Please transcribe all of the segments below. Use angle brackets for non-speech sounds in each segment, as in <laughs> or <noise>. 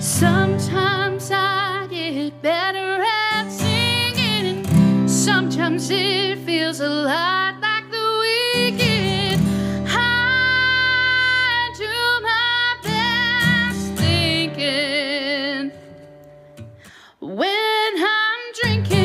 Sometimes I get better at singing, and sometimes it feels a lot like the weekend. I do my best thinking when I'm drinking.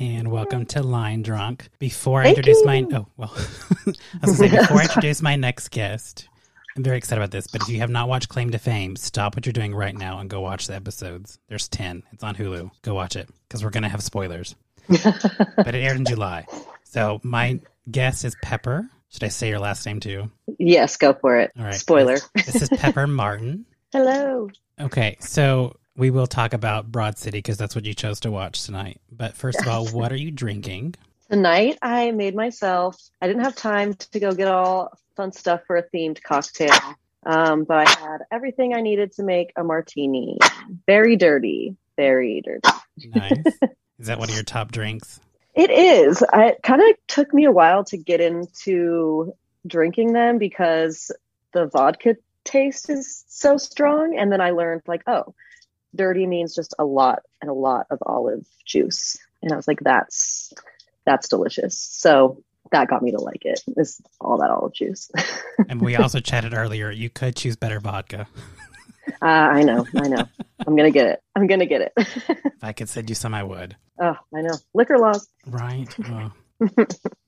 And welcome to Line Drunk. Before I Thank introduce you. my oh well, <laughs> I was gonna say <laughs> before I introduce my next guest, I'm very excited about this. But if you have not watched Claim to Fame, stop what you're doing right now and go watch the episodes. There's ten. It's on Hulu. Go watch it because we're gonna have <laughs> spoilers. but it aired in July. So my guest is Pepper. Should I say your last name too? Yes, go for it. All right. Spoiler. This is Pepper Martin. Hello. Okay, so we will talk about Broad City because that's what you chose to watch tonight. But first <laughs> of all, what are you drinking? Tonight I made myself. I didn't have time to go get all fun stuff for a themed cocktail, um, but I had everything I needed to make a martini. Very dirty. Very dirty. <laughs> Nice. Is that one of your top drinks? It is. I, it kind of took me a while to get into drinking them because the vodka taste is so strong. And then I learned, like, oh, dirty means just a lot and a lot of olive juice. And I was like, that's that's delicious. So that got me to like it. Is all that olive juice? <laughs> uh, And we also chatted earlier. You could choose better vodka. I know. I know. I'm gonna get it. I'm gonna get it. <laughs> If I could send you some, I would. oh, I know. Liquor laws. Right. Well,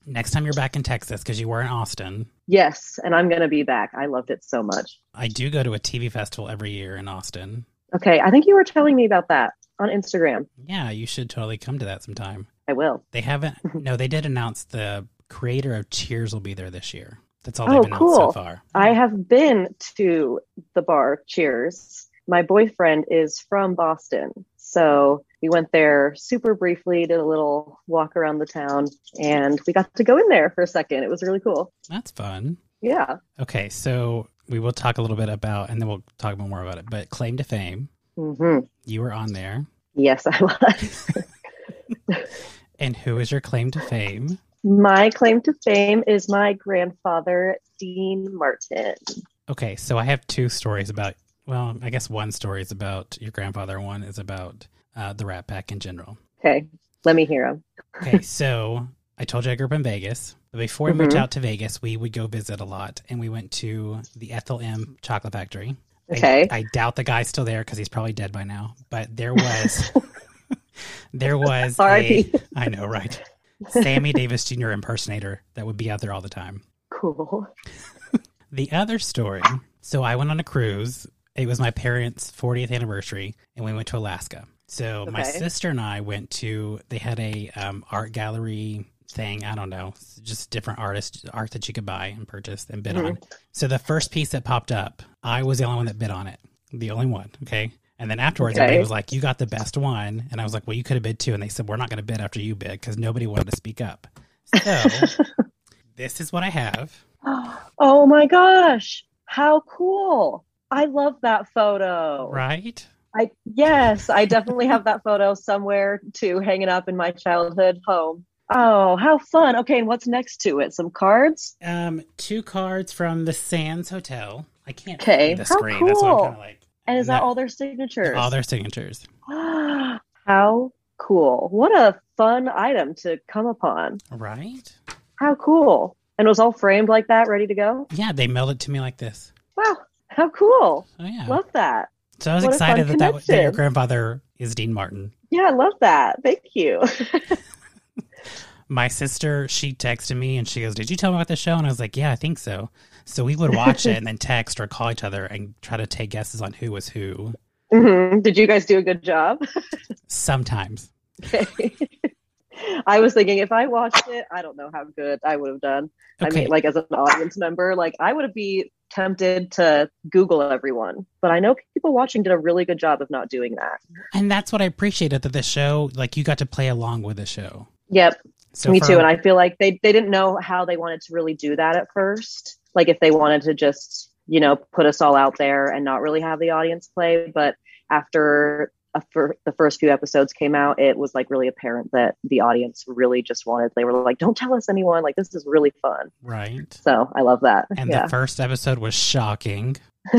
next time you're back in Texas, because you were in Austin, Yes, and I'm gonna be back. I loved it so much. I do go to a TV festival every year in Austin. Okay, I think you were telling me about that on Instagram. Yeah, you should totally come to that sometime. I will. They haven't. No, they did announce the creator of Cheers will be there this year. That's all Oh, they've announced so cool. far. I have been to the bar, cheers. My boyfriend is from Boston. So we went there super briefly, did a little walk around the town, and we got to go in there for a second. It was really cool. That's fun. Yeah. Okay, so we will talk a little bit about, and then we'll talk more about it. But claim to fame, hmm you were on there, Yes, I <laughs> was. and who is your claim to fame? my claim to fame is my grandfather, Dean Martin. Okay, so I have two stories about. Well, I guess one story is about your grandfather. and One is about uh, the Rat Pack in general. Okay, let me hear him. Okay, so I told you I grew up in Vegas. But before we moved out to Vegas, we would go visit a lot, and we went to the Ethel M. Chocolate Factory. I- Okay. I, doubt the guy's still there because he's probably dead by now. But there was, there was. a, R.I.P.. I know, right? Sammy Davis Jr. impersonator that would be out there all the time. Cool. The other story. So I went on a cruise. It was my parents' 40th anniversary, and we went to Alaska. So my Okay. sister and I went to. They had a um, art gallery thing. I don't know, just different artists, art that you could buy and purchase and bid Mm-hmm. on. So the first piece that popped up, I was the only one that bid on it. The only one. Okay. And then afterwards, Okay. everybody was like, "You got the best one," and I was like, "Well, you could have bid too." And they said, "We're not going to bid after you bid because nobody wanted to speak up." <laughs> So this is what I have. <gasps> Oh my gosh. How cool. I love that photo. Right. I yes, I definitely have that photo somewhere too hanging up in my childhood home. Oh, how fun. Okay, and what's next to it? Some cards? Um, two cards from the Sands Hotel. I can't Okay. see the How screen. That's what I'm cool. kind of like. And is that No. all their signatures? All their signatures. <gasps> how cool. What a fun item to come upon. Right? How cool. And it was all framed like that, ready to go? Yeah, they mailed it to me like this. Wow. How cool. Oh yeah. Love that. so I was what a fun excited that, that was- that your connection. grandfather is Dean Martin. Yeah, I love that. Thank you. <laughs> My sister, she texted me and she goes, "Did you tell me about the show?" And I was like, "Yeah, I think so." So we would watch it and <laughs> then text or call each other and try to take guesses on who was who. Mhm. Did you guys do a good job? Sometimes. Okay. <laughs> I was thinking if I watched it, I don't know how good I would have done. I Okay. mean, like as an audience member, like I would be tempted to Google everyone, but I know people watching did a really good job of not doing that. and that's what I appreciated that the show, like you got to play along with the show. Yep, So me for- too. And I feel like they they didn't know how they wanted to really do that at first. Like if they wanted to just you know put us all out there and not really have the audience play, but after a fir- the first few episodes came out, it was like really apparent that the audience really just wanted. They were like, "Don't tell us anyone. Like this is really fun." Right. So I love that. And yeah, the first episode was shocking. <laughs>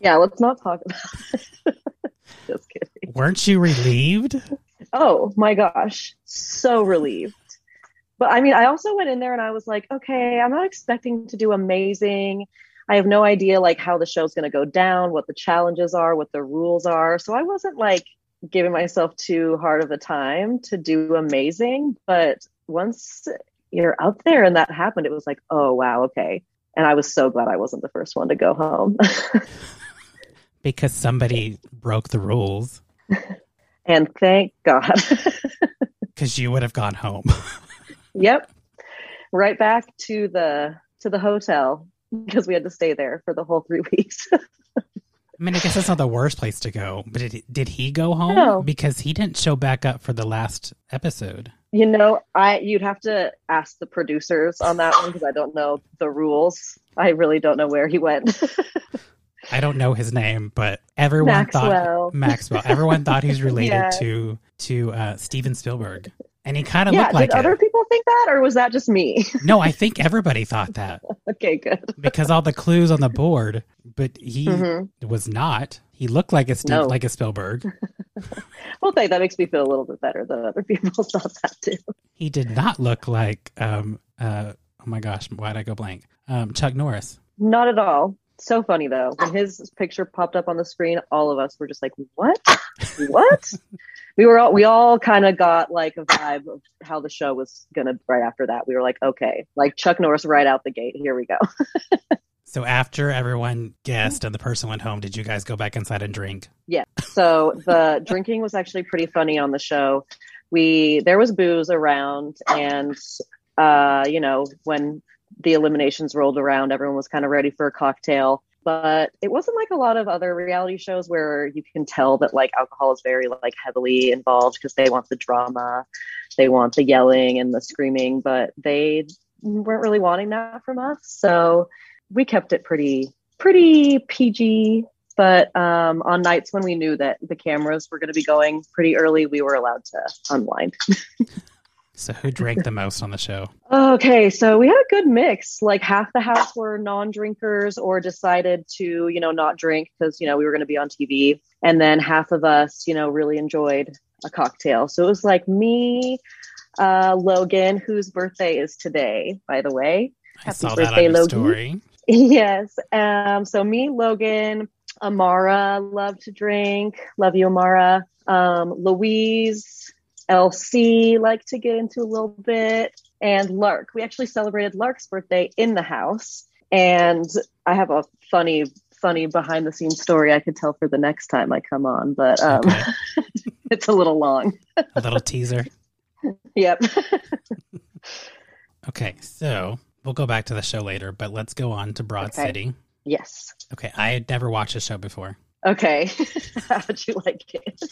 yeah. Let's not talk about. <laughs> It. just kidding. Weren't you relieved? Oh my gosh, so relieved. But I mean, I also went in there and I was like, okay, I'm not expecting to do amazing. I have no idea like how the show's going to go down, what the challenges are, what the rules are. So I wasn't like giving myself too hard of a time to do amazing, but once you're up there and that happened, it was like, oh wow, okay. And I was so glad I wasn't the first one to go home. <laughs> Because somebody broke the rules. and thank God. <laughs> Because you would have gone home. Yep. Right back to the to the hotel because we had to stay there for the whole three <laughs> weeks. I mean, I guess that's not the worst place to go. But did, did he go home? No. Because he didn't show back up for the last episode. you know, I you'd have to ask the producers on that one because I don't know the rules. I really don't know where he went. I don't know his name, but everyone Maxwell. thought Maxwell. Everyone thought he's related <laughs> Yeah. to to uh, Steven Spielberg, and he kind of <laughs> yeah, looked like did it. other <laughs> people think that or was that just me? <laughs> <laughs> No, I think everybody thought that okay, good. because all the clues on the board, but he hmm was not. He looked like a Steve, No. like a Spielberg. Well, thank that makes me feel a little bit better that other <laughs> people thought that too. He did not look like um uh oh my gosh, why'd I go blank? Um Chuck Norris. Not at all. So funny though. When his picture popped up on the screen, all of us were just like, "What? What?" we were all we all kind of got like a vibe of how the show was gonna right after that. We were like, "Okay, like Chuck Norris right out the gate. Here we go." So after everyone guessed and the person went home, did you guys go back inside and drink? So the drinking was actually pretty funny on the show. We there was booze around, and uh, you know when the eliminations rolled around, everyone was kind of ready for a cocktail. But it wasn't like a lot of other reality shows where you can tell that like alcohol is very like heavily involved because they want the drama, they want the yelling and the screaming, but they weren't really wanting that from us. So we kept it pretty pretty PG but um, on nights when we knew that the cameras were going to be going pretty early, we were allowed to unwind. So who drank the most on the show? Okay, so we had a good mix. Like half the house were non-drinkers or decided to, you know, not drink because you know we were going to be on TV, and then half of us, you know, really enjoyed a cocktail. So it was like me, uh, Logan, whose birthday is today, by the way, I Happy saw that on birthday, your Logie. story. <laughs> Yes. Um, so me, Logan, Amara, love to drink. Love you, Amara. Um, Louise, LC, like to get into a little bit. And Lark. We actually celebrated Lark's birthday in the house. And I have a funny, funny behind the scenes story I could tell for the next time I come on, but um, Okay. <laughs> it's a little long. A little teaser. Yep. Okay, so we'll go back to the show later, but let's go on to Broad Okay. City. yes. Okay, I had never watched the show before. Okay. <laughs> How would you like it?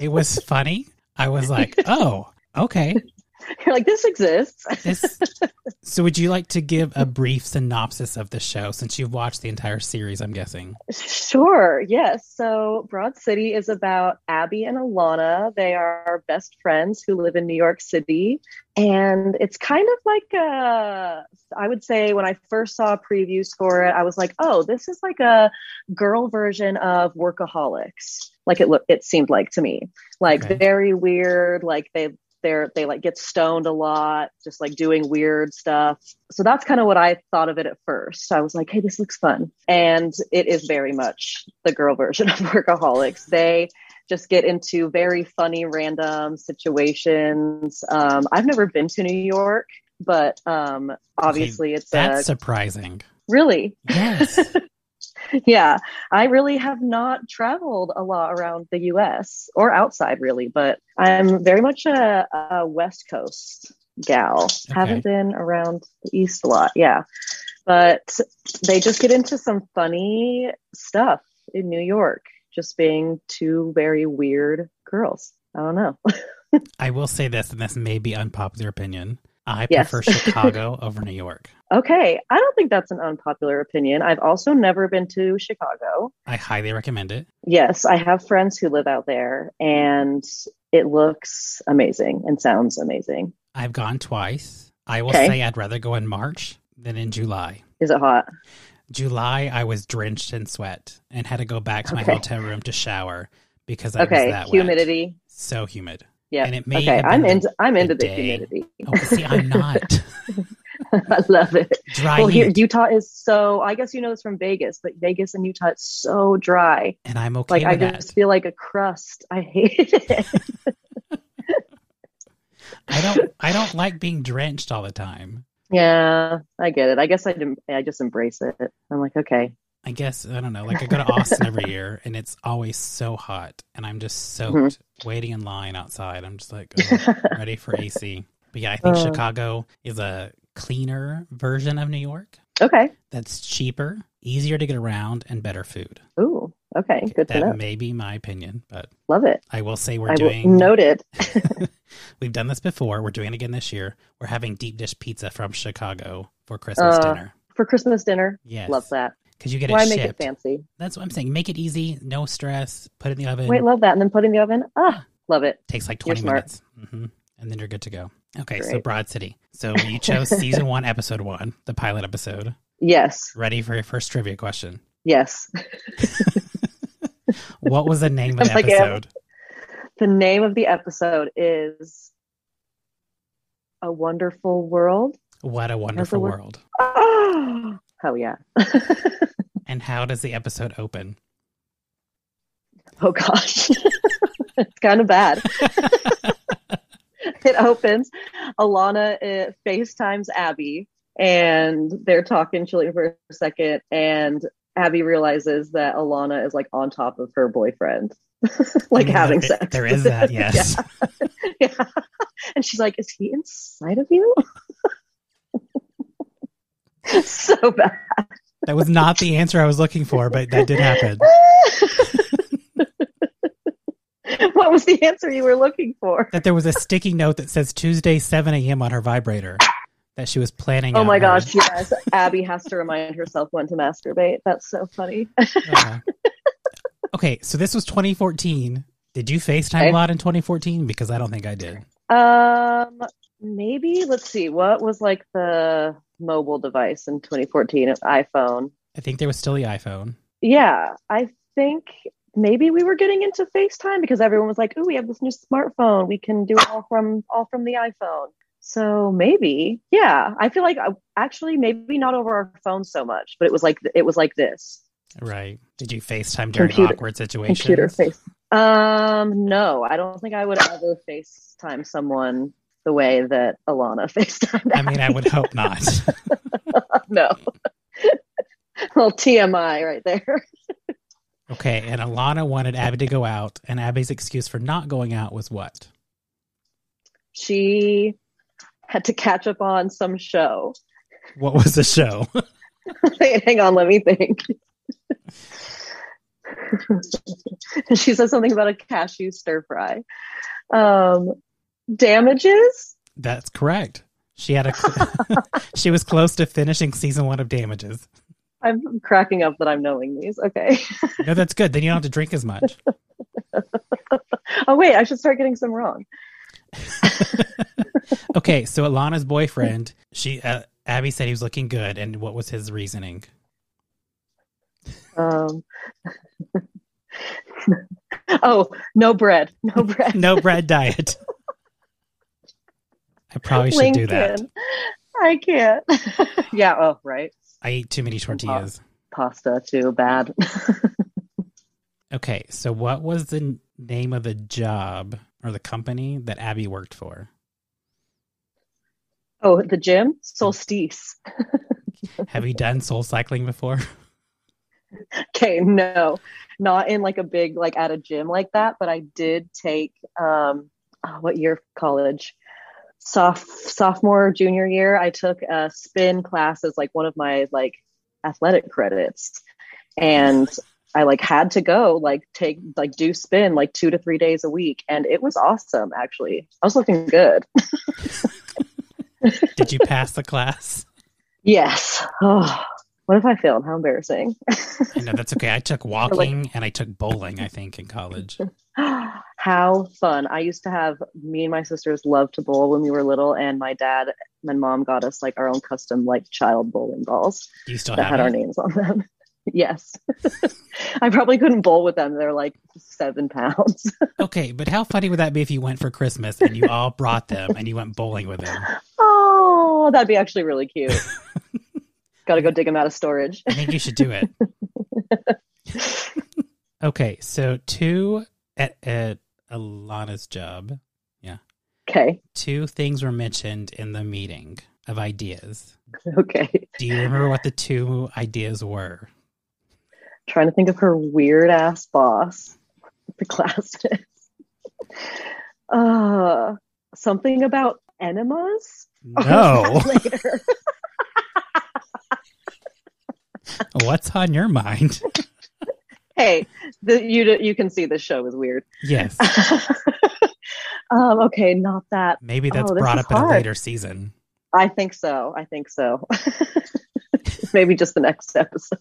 It was funny. I was like, <laughs> oh, okay. You're like, this exists. This. <laughs> So, would you like to give a brief synopsis of the show since you've watched the entire series? I'm guessing. Sure. Yes. So Broad City is about Abby and Alana. They are best friends who live in New York City. And it's kind of like a, I would say when I first saw previews for it, I was like, oh, this is like a girl version of Workaholics. Like it looked, it seemed like to me, like Okay. very weird. Like they, they're, they like get stoned a lot, just like doing weird stuff so that's kind of what I thought of it at first. I was like, hey, this looks fun. And it is very much the girl version of <laughs> Workaholics. They just get into very funny, random situations. Um, I've never been to New York, but um, obviously it's That's a, surprising. really, <laughs> <laughs> Yes. yeah. I really have not traveled a lot around the US or outside, really, but I'm very much a, a West Coast gal. Haven't been around the East a lot, yeah. But they just get into some funny stuff in New York, just being two very weird girls. I don't know. I will say this, and this may be unpopular opinion. I Yes. <laughs> prefer Chicago over New York. Okay, I don't think that's an unpopular opinion. I've also never been to Chicago. I highly recommend it. Yes, I have friends who live out there, and it looks amazing and sounds amazing. I've gone twice. I will Okay. say I'd rather go in March than in July. Is it hot? July, I was drenched in sweat and had to go back to my Okay. hotel room to shower because I was Okay, that wet. humidity. So humid. Yeah. And it may Okay, have I'm been into I'm into the the day. humidity. <laughs> Oh, see, I'm not. I love it. Dry well, here heat, Utah is so. I guess you know this from Vegas, but Vegas and Utah it's so dry. and I'm okay Like I with that. just feel like a crust. I <laughs> hate it. I don't I don't like being drenched all the time. yeah, I get it. I guess I didn't. I just embrace it. I'm like, okay, I guess I don't know. Like I go to <laughs> Austin every year and it's always so hot and I'm just soaked Mm-hmm. waiting in line outside. I'm just like oh, <laughs> ready for AC. But yeah, I think Uh. Chicago is a cleaner version of New York okay. that's cheaper, easier to get around and better food. Ooh, okay. Good to that know. may be my opinion, but Love it. I will say we're I will doing note <laughs> it. <laughs> we've done this before, we're doing it again this year. We're having deep dish pizza from Chicago for Christmas Uh, dinner. for Christmas dinner. Yes. Love that. Cuz you get Why it make shipped. it fancy? That's what I'm saying. Make it easy, no stress. Put it in the oven. Wait, love that, and then put it in the oven. Ah, love it. Takes like You're 20 smart. minutes. hmm And then you're good to go. Okay, so Great. Broad City. So you <laughs> chose season one, episode one, the pilot episode. Yes, Ready for your first trivia question. yes. <laughs> What was the name of the I'm like, yeah. episode? The name of the episode is A Wonderful World. <gasps> What a Wonderful word. World. Oh, hell yeah. And how does the episode open? oh gosh. <laughs> it's kind of bad. <laughs> it opens. Alana uh, FaceTimes Abby and they're talking chilling for a second and Abby realizes that Alana is like on top of her boyfriend. <laughs> <laughs> I mean, like having Mm, there- sex. There is <laughs> that, yes. yeah. And she's like, Is he inside of you? <laughs> so bad. <laughs> That was not the answer I was looking for, but that did happen. what was the answer you were looking for? That there was a sticky note that says Tuesday, 7 a.m. on her vibrator that she was planning Oh on my her- gosh, yes. Abby has to remind herself when to masturbate. That's so funny. Uh-huh. okay, so this was 2014. Did you FaceTime Okay. a lot in 2014? Because I don't think I did. Um maybe let's see, what was like the mobile device in 2014? An iPhone. I think there was still the iPhone. Yeah, I think maybe we were getting into FaceTime because everyone was like, "Ooh, we have this new smartphone. We can do it all from all from the iPhone." So maybe, yeah. I feel like I, actually maybe not over our phone so much, but it was like it was like this Right. Did you FaceTime during Computer- awkward situations? computer face. Um, no, I don't think I would ever FaceTime someone the way that Alana <laughs> FaceTimed. I mean, I <laughs> would hope not. no. <laughs> Little TMI right there. <laughs> okay, and Alana wanted Abby to go out, and Abby's excuse for not going out was what? She had to catch up on some show. <laughs> What was the show? <laughs> Wait, hang on, let me think. <laughs> she says something about a cashew stir fry. Um, damages? That's correct. She had a. <laughs> she was close to finishing season one of Damages. I'm cracking up that I'm knowing these. Okay. <laughs> No, that's good. Then you don't have to drink as much. Oh, wait, I should start getting some wrong. Okay, so Alana's boyfriend, she uh, Abby said he was looking good, and what was his reasoning? <laughs> Um, <laughs> oh, no bread. No bread. No bread diet. I probably should do that. Lincoln. I can't. <laughs> yeah, oh, right. I eat too many tortillas. Pasta, too bad. <laughs> Okay, so what was the n- name of the job or the company that Abby worked for? oh, the gym? Solstice. Have you done soul cycling before? <laughs> Okay, no, not in like a big like at a gym like that, but I did take um oh, what year of college? Soph sophomore junior year, I took a spin class as like one of my like athletic credits, and I like had to go like take like do spin like two to three days a week, and it was awesome actually. I was looking good. Did you pass the class? Yes. <sighs> Oh, what if I failed? How embarrassing. I know that's okay. I took walking and I took bowling, I think, in college. <gasps> How fun. I used to have me and my sisters loved to bowl when we were little, and my dad and mom got us like our own custom like child bowling balls Do you still that have had our it? names on them. <laughs> yes. I probably couldn't bowl with them. They're like seven pounds. <laughs> Okay, but how funny would that be if you went for Christmas and you all brought them and you went bowling with them? oh, that'd be actually really cute. Gotta go dig them out of storage. <laughs> I think you should do it. okay, so two at, at Alana's job, Okay. two things were mentioned in the meeting of ideas. Okay. Do you remember what the two ideas <laughs> were? trying to think of her weird ass boss, the <laughs> classist. uh, something about enemas. No. Later. What's on your mind? Hey, the, you d- you can see this show is weird. Yes. <laughs> um, okay, not that. Maybe that's Oh, this brought is up in a hard. later season. I think so. I think so. <laughs> Maybe just the next episode.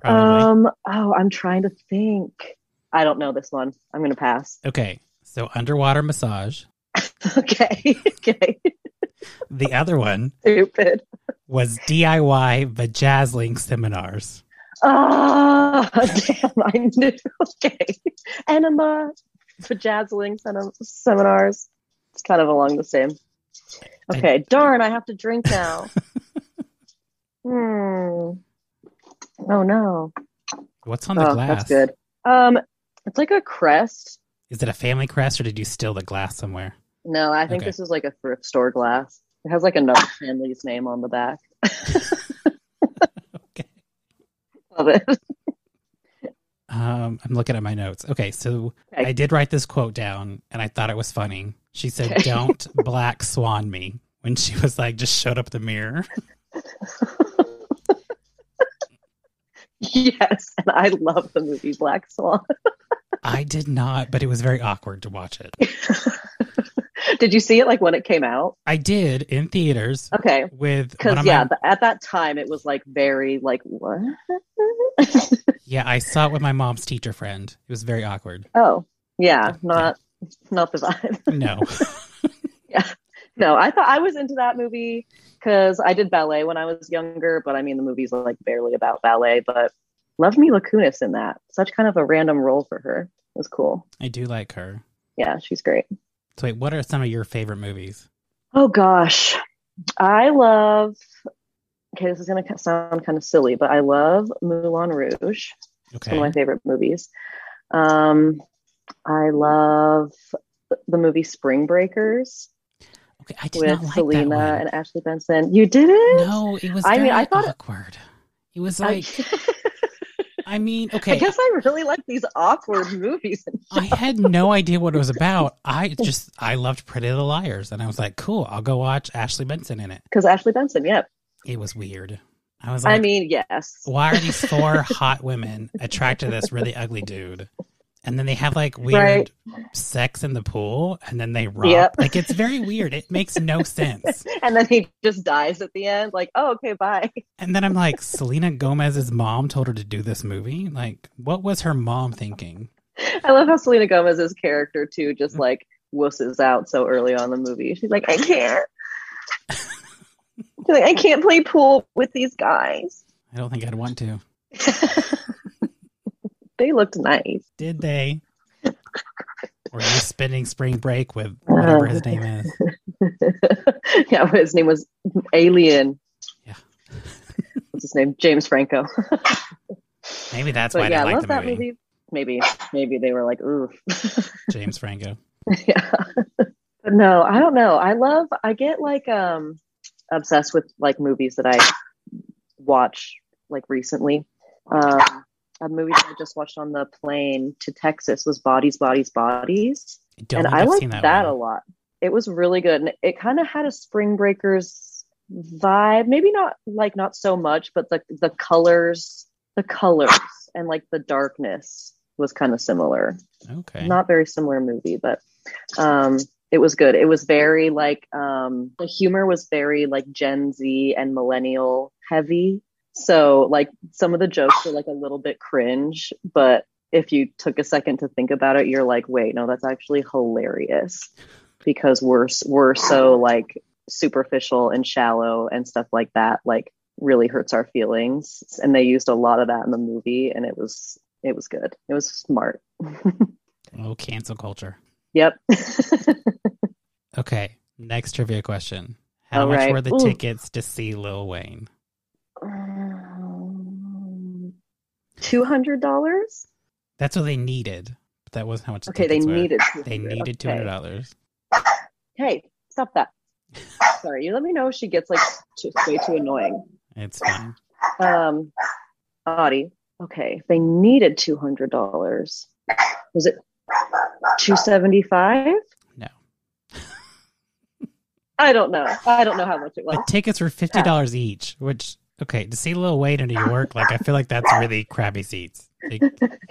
Probably. Um. Oh, I'm trying to think. I don't know this one. I'm gonna pass. <laughs> okay. So underwater massage. Okay. <laughs> okay. The other one Stupid. was DIY vajazzling seminars. Ah, <laughs> damn, I knew. Okay. Enema, vajazzling senem- seminars. It's kind of along the same. Okay, darn, I have to drink <laughs> now. hmm. Oh, no. What's on the Oh, glass? that's good. Um, It's like a crest. Is it a family crest or did you steal the glass somewhere? No, I think Okay. this is like a thrift store glass. It has like <laughs> another family's name on the back. <laughs> Okay. Love it. <laughs> Um, I'm looking at my notes. Okay, so Okay. I did write this quote down and I thought it was funny. She said, Okay. Don't <laughs> black swan me when she was like just showed up the mirror. yes, and I love the movie Black Swan. I did not, but it was very awkward to watch it. <laughs> Did you see it like when it came out? I did in theaters Okay. with one Because of yeah, my th- at that time it was like very like what? Yeah, I saw it with my mom's teacher friend. It was very awkward. oh yeah, not not the vibe. <laughs> No. No, I thought I was into that movie because I did ballet when I was younger, but I mean the movie's like barely about ballet. But love Mila Kunis in that. Such kind of a random role for her. It was cool. I do like her. Yeah, she's great. So wait, what are some of your favorite movies? Oh gosh, I love. Okay, this is gonna ki- sound kind of silly, but I love Moulin Rouge. It's Okay. one of my favorite movies. Um, I love the movie Spring Breakers okay, I did with not like that Selena one. and Ashley Benson. You did it? No, it was I very mean, I thought- awkward. It was <laughs> I- like I mean, I okay. guess I really like these awkward movies. <laughs> I had no idea what it was about. I just I loved Pretty Little Liars, and I was like, cool, I'll go watch Ashley Benson in it. Because Ashley Benson, yep. It was weird. I was like, Oh. I mean, yes. why are these four hot women attracted to this really ugly dude? And then they have like weird Right. sex in the pool, and then they romp. Yep. Like it's very weird. It makes no sense. And then he just dies at the end. Like, oh, okay, bye. <laughs> And then I'm like, Selena Gomez's mom told her to do this movie. Like, what was her mom thinking? I love how Selena Gomez's character too Mm. just like wusses out so early on in the movie. She's like, <laughs> I can't. She's like, I can't play pool with these guys. I don't think I'd want to. They looked nice. <laughs> Did they? Or you spending spring break <laughs> with whatever his name is? yeah, but his name was Alien. Yeah. <laughs> What's his name? James Franco. Maybe that's why but yeah, I didn't I love like the that movie. movie. Maybe, maybe they were like, ooh, James Franco. <laughs> yeah. But no, I don't know. I love. I get like um obsessed with like movies that I watch like recently. Um, a movie that I just watched on the plane to Texas was Bodies, Bodies, Bodies. I don't and think I I've liked seen that, that, a one. lot. It was really good, and it kind of had a Spring Breakers vibe. Maybe not like not so much, but the the colors, the colors, and like the darkness was kind of similar. Okay. Not very similar movie, but um, it was good. It was very like um, the humor was very like Gen Z and millennial heavy. So like some of the jokes were like a little bit cringe, but if you took a second to think about it, you're like, wait, no, that's actually hilarious because we're we're so like superficial and shallow and stuff like that. Like really hurts our feelings, and they used a lot of that in the movie, and it was it was good. It was smart. Oh, cancel culture. yep. Okay, next trivia question. How All much right. were the Ooh. tickets to see Lil Wayne? Two hundred dollars. That's what they needed. But that wasn't how much. the Okay, they tickets were. needed. They $200. needed two Okay. hundred dollars. Hey, stop that. Sorry, you let me know if she gets like too, way too annoying. It's <sighs> fine. Um, Audie. Okay, if they needed two hundred dollars. Was it two seventy five? No. <laughs> I don't know. I don't know how much it was. <laughs> The tickets were fifty dollars each. Which okay, to see Lil Wayne in New York, like I feel like that's really crappy seats. Like,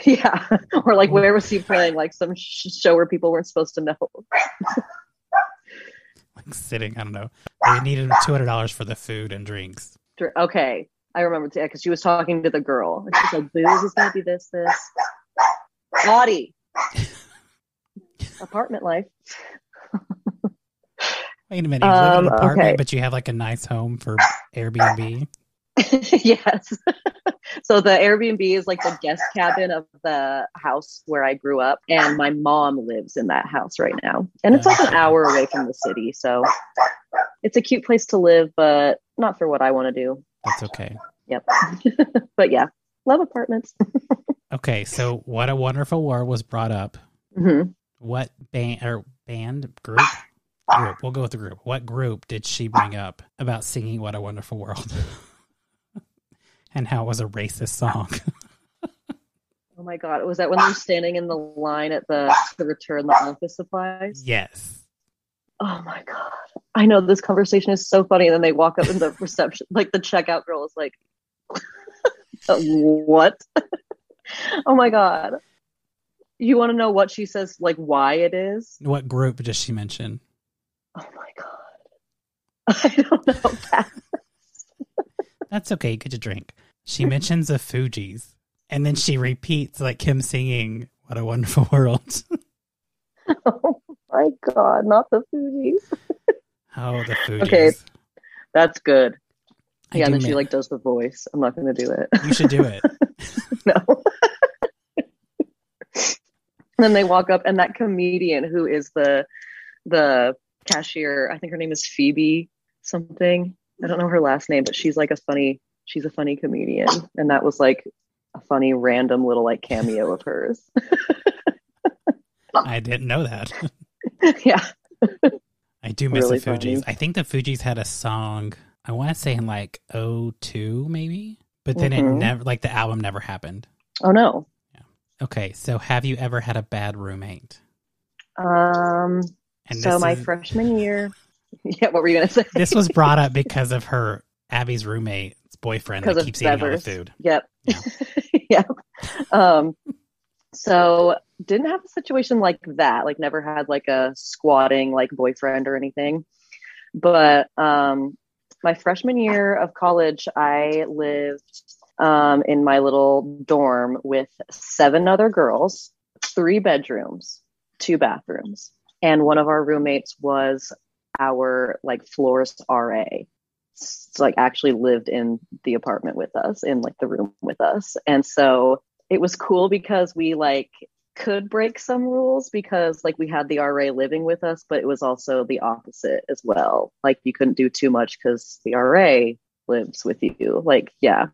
Yeah, or like where was he playing? Like some sh- show where people weren't supposed to know. like sitting, I don't know. They needed two hundred dollars for the food and drinks. Dr- Okay, I remember yeah, because she was talking to the girl. And she's like, "Booze is gonna be this, this." Audie. Apartment life. <laughs> Wait a minute, you live in an Um, apartment, okay. but you have like a nice home for Airbnb. yes. <laughs> so the Airbnb is like the guest cabin of the house where I grew up, and my mom lives in that house right now. And it's like an hour away from the city, so it's a cute place to live, but not for what I want to do. That's okay. Yep. <laughs> but yeah, love apartments. Okay, so what a wonderful war was brought up. hmm What band or band group? Group. We'll go with the group. What group did she bring up about singing "What a Wonderful World" <laughs> and how it was a racist song? Oh my god, was that when they're standing in the line at the to return the office supplies? yes, Oh my god. I know this conversation is so funny. And then they walk up in the reception, like the checkout girl is like, <laughs> "Uh, what? <laughs> oh my god. You want to know what she says, like why it is? what group did she mention? Oh my god. <laughs> I don't know. Pat. <laughs> That's okay. Get a drink. <laughs> She mentions the Fugees, and then she repeats like him singing "What a Wonderful <laughs> World." oh my god, not the Fugees. oh, the Fugees. Okay. That's good. I do yeah, and then she mi- like does the voice. I'm not gonna do it. you should do <laughs> it. no. <laughs> and then they walk up, and that comedian who is the the cashier, I think her name is Phoebe something. I don't know her last name, but she's like a funny she's a funny comedian, and that was like a funny random little like cameo of hers. <laughs> I didn't know that. <laughs> yeah, I do miss Really the Fugees. funny. I think the Fugees had a song. I want to say in like '02 maybe, but then it Mhm. never like the album never happened. oh no, Okay, so have you ever had a bad roommate? um, so this my is- freshman year. <laughs> Yeah, what were you gonna say? <laughs> this was brought up because of her Abby's roommate's boyfriend that Because of keeps eating all the Severs. food. Yep. <laughs> yep. Um, so didn't have a situation like that. Like never had like a squatting like boyfriend or anything. But um, my freshman year of college, I lived um, in my little dorm with seven other girls, three bedrooms, two bathrooms, and one of our roommates was our like florist RA s- like actually lived in the apartment with us in like the room with us and so it was cool because we like could break some rules because like we had the RA living with us but it was also the opposite as well like you couldn't do too much cuz the RA lives with you like yeah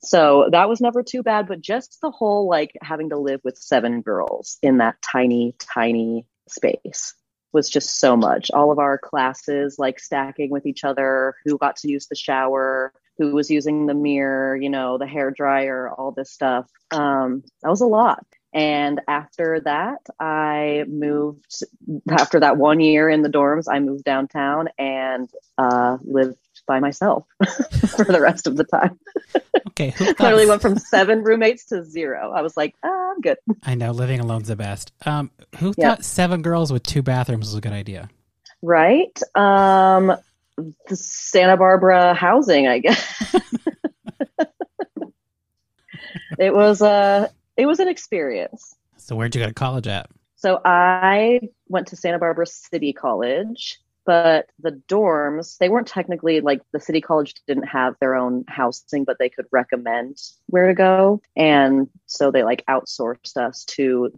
so that was never too bad but just the whole like having to live with seven girls in that tiny tiny space was just so much. All of our classes like stacking with each other, who got to use the shower, who was using the mirror, you know, the hair dryer, all this stuff. Um, that was a lot. And after that, I moved. After that one year in the dorms, I moved downtown and uh, lived by myself <laughs> for the rest of the time. Okay, <laughs> who Literally thought- went from seven roommates to zero. I was like, ah, I'm good. I know living alone's the best. Um, who Yeah. thought seven girls with two bathrooms was a good idea? Right? Um, the Santa Barbara housing, I guess. it was a it was an experience. So where'd you go to college at? So I went to Santa Barbara City College, but the dorms, they weren't technically like the city college didn't have their own housing, but they could recommend where to go. And so they like outsourced us to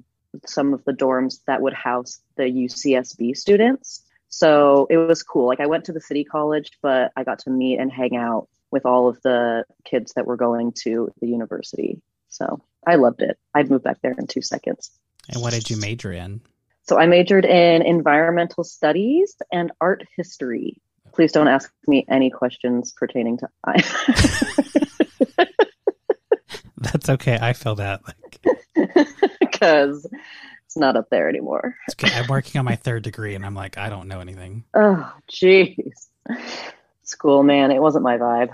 some of the dorms that would house the UCSB students. So it was cool. Like I went to the city college, but I got to meet and hang out with all of the kids that were going to the university. So I loved it. I'd move back there in two seconds. And what <sighs> did you major in? So I majored in environmental studies and art history. Please don't ask me any questions pertaining to <laughs> either. That's okay. I feel that. Like, because it's not up there anymore. it's okay. I'm working on my third degree, and I'm like, I don't know anything. Oh, jeez. School, man, it wasn't my vibe.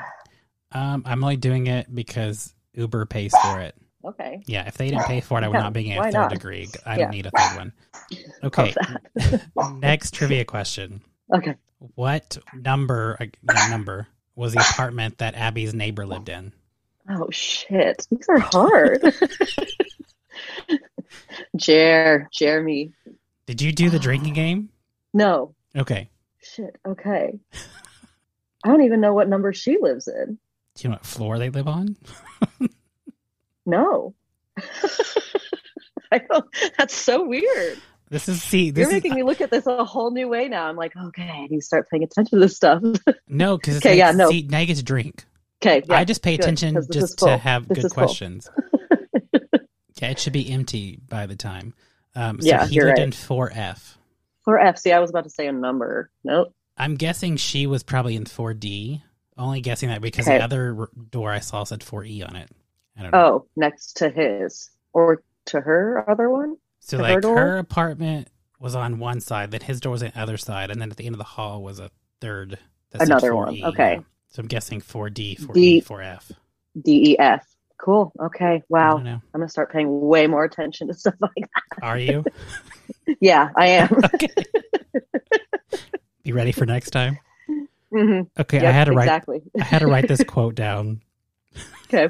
Um, I'm only doing it because Uber pays for it. Okay. Yeah, if they didn't pay for it, I would Yeah, not be getting a why third not? degree. I Yeah. don't need a third one. Okay. Love <laughs> Next trivia question: Okay. What number? uh, Not number was the apartment that Abby's neighbor lived in? Oh, shit. These are hard. <laughs> Jer, Jeremy. Did you do the drinking game? No. Okay. Shit. Okay. I don't even know what number she lives in. Do you know what floor they live on? No. <laughs> I don't, that's so weird. This is see. This You're is, making me look at this a whole new way now. I'm like, okay, I need to start paying attention to this stuff. <laughs> no because Okay, yeah, no. See, now you get to drink. okay, yeah, I just pay good, attention 'cause this is just full. to have This good is full. <laughs> questions. yeah, it should be empty by the time. Um, so Yeah, he you're lived right. in 4F. for F. See, I was about to say a number. Nope. I'm guessing she was probably in 4D. Only guessing that because Okay. the other r- door I saw said 4E on it. I don't know. Oh, next to his or to her other one. so her like door? her apartment was on one side, then his door was on the other side, and then at the end of the hall was a third. That said Another one. 4E, Okay. yeah. So I'm guessing 4D, 4E, D- 4F. D E F. Cool. Okay. I Wow. don't know. I'm gonna start paying way more attention to stuff like Are you? that. Yeah, I am. <laughs> okay. Be ready for next time. hmm Okay, I had to write exactly. I had to write this quote down <laughs> Okay.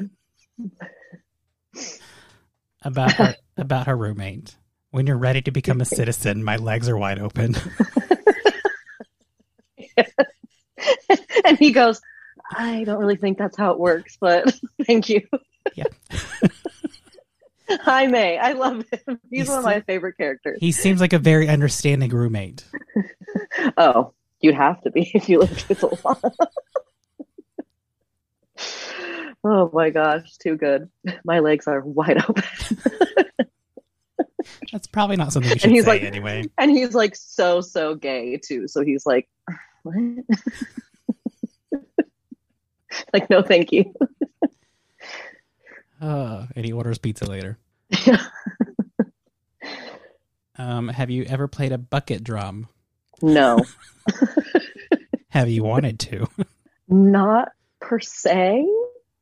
about her, about her roommate. When you're ready to become a citizen, my legs are wide open. <laughs> and he goes, I don't really think that's how it works, but <laughs> thank you. Yeah. <laughs> Hi, May. I love him. He's, He's one of so- my favorite characters. He seems like a very understanding roommate. Oh, you'd have to be <laughs> if you lived with a lot. <laughs> oh my gosh, too good. My legs are wide open. <laughs> That's probably not something you should And he's say like- anyway. And he's like so, so gay too. So he's like, <laughs> what? like, no, thank you. <laughs> Uh, and he orders pizza <laughs> later. Um, have you ever played a bucket drum? no. Have you wanted to? <laughs> Not per se.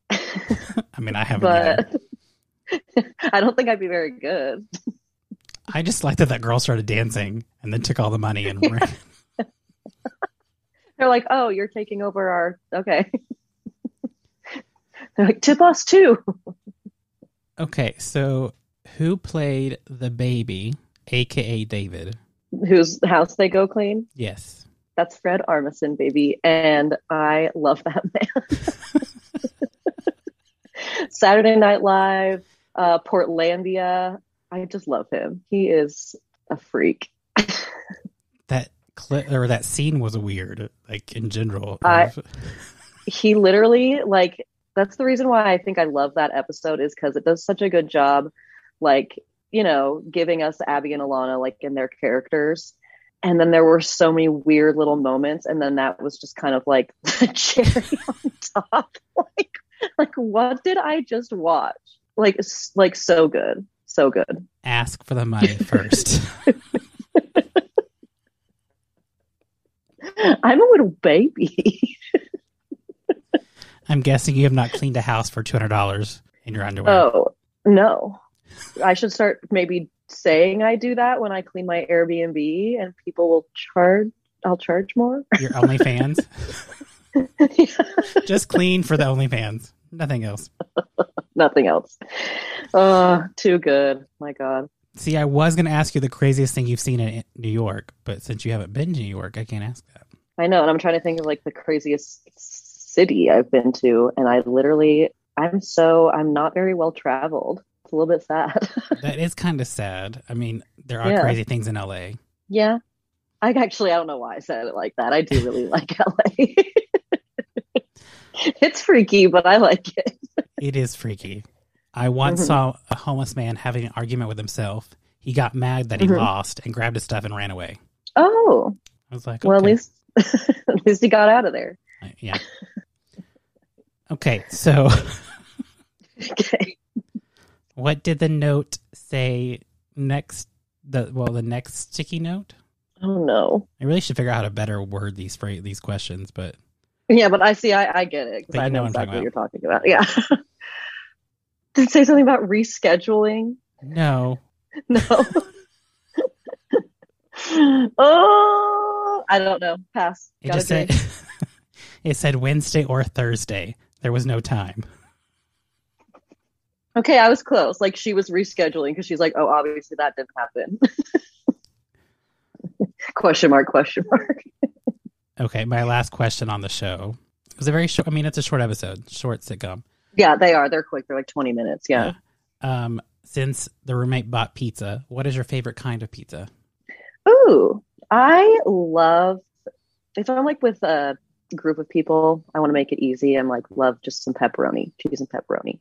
I mean, I haven't. either. but <laughs> I don't think I'd be very good. I just like that that girl started dancing and then took all the money and ran. They're like, oh, you're taking over our okay. <laughs> They're like, tip us too. Okay, so who played the baby, aka David? Whose house they go clean? Yes. That's Fred Armisen, baby, and I love that <laughs> man. Saturday Night Live, uh, Portlandia. I just love him. He is a freak. That clip or that scene was weird, like in general. I- he literally like that's the reason why I think I love that episode is because it does such a good job, like you know, giving us Abby and Alana like in their characters, and then there were so many weird little moments, and then that was just kind of like <laughs> the cherry <laughs> on top. Like, like what did I just watch? Like, s- like so good, so good. Ask for the money first. I'm a little baby. <laughs> I'm guessing you have not cleaned a house for two hundred dollars in your underwear. Oh, no. I should start maybe saying I do that when I clean my Airbnb and people will charge I'll charge more. <laughs> Your OnlyFans, just clean for the OnlyFans, nothing else. Nothing else. Oh, too good. My God. See, I was going to ask you the craziest thing you've seen in New York, but since you haven't been to New York, I can't ask that. I know. And I'm trying to think of like the craziest city I've been to. And I literally, I'm so, I'm not very well traveled. It's a little bit sad. <laughs> That is kind of sad. I mean, there are Yeah. crazy things in LA. yeah. I actually, I don't know why I said it like that. I do really <laughs> like LA. it's freaky, but I like it. It is freaky. I once Mhm. saw a homeless man having an argument with himself. He got mad that he Mhm. lost and grabbed his stuff and ran away. Oh, I was like, well, at okay. least, <laughs> at least he got out of there. I- yeah. okay, so <laughs> Okay. what did the note say next? The well, the next sticky note. Oh, no. I really should figure out how to better word these phrase, these questions, but Yeah, but I see. I, I get it But because I you know know what I'm talking exactly what you're talking about. Yeah. <laughs> Did it say something about rescheduling? <laughs> no. No. <laughs> oh, I don't know. Pass. It Gotta just said drink. <laughs> it said Wednesday or Thursday. There was no time. Okay, I was close. Like she was rescheduling because she's like, oh, obviously that didn't happen. <laughs> question mark? Question mark? <laughs> Okay, my last question on the show. It was a very short. I mean, it's a short episode, short sitcom. Yeah, they are. They're quick. They're like twenty minutes. Yeah. Um, since the roommate bought pizza, what is your favorite kind of pizza? Ooh, I love if I'm like with a group of people, I want to make it easy. I'm like love just some pepperoni, cheese and pepperoni.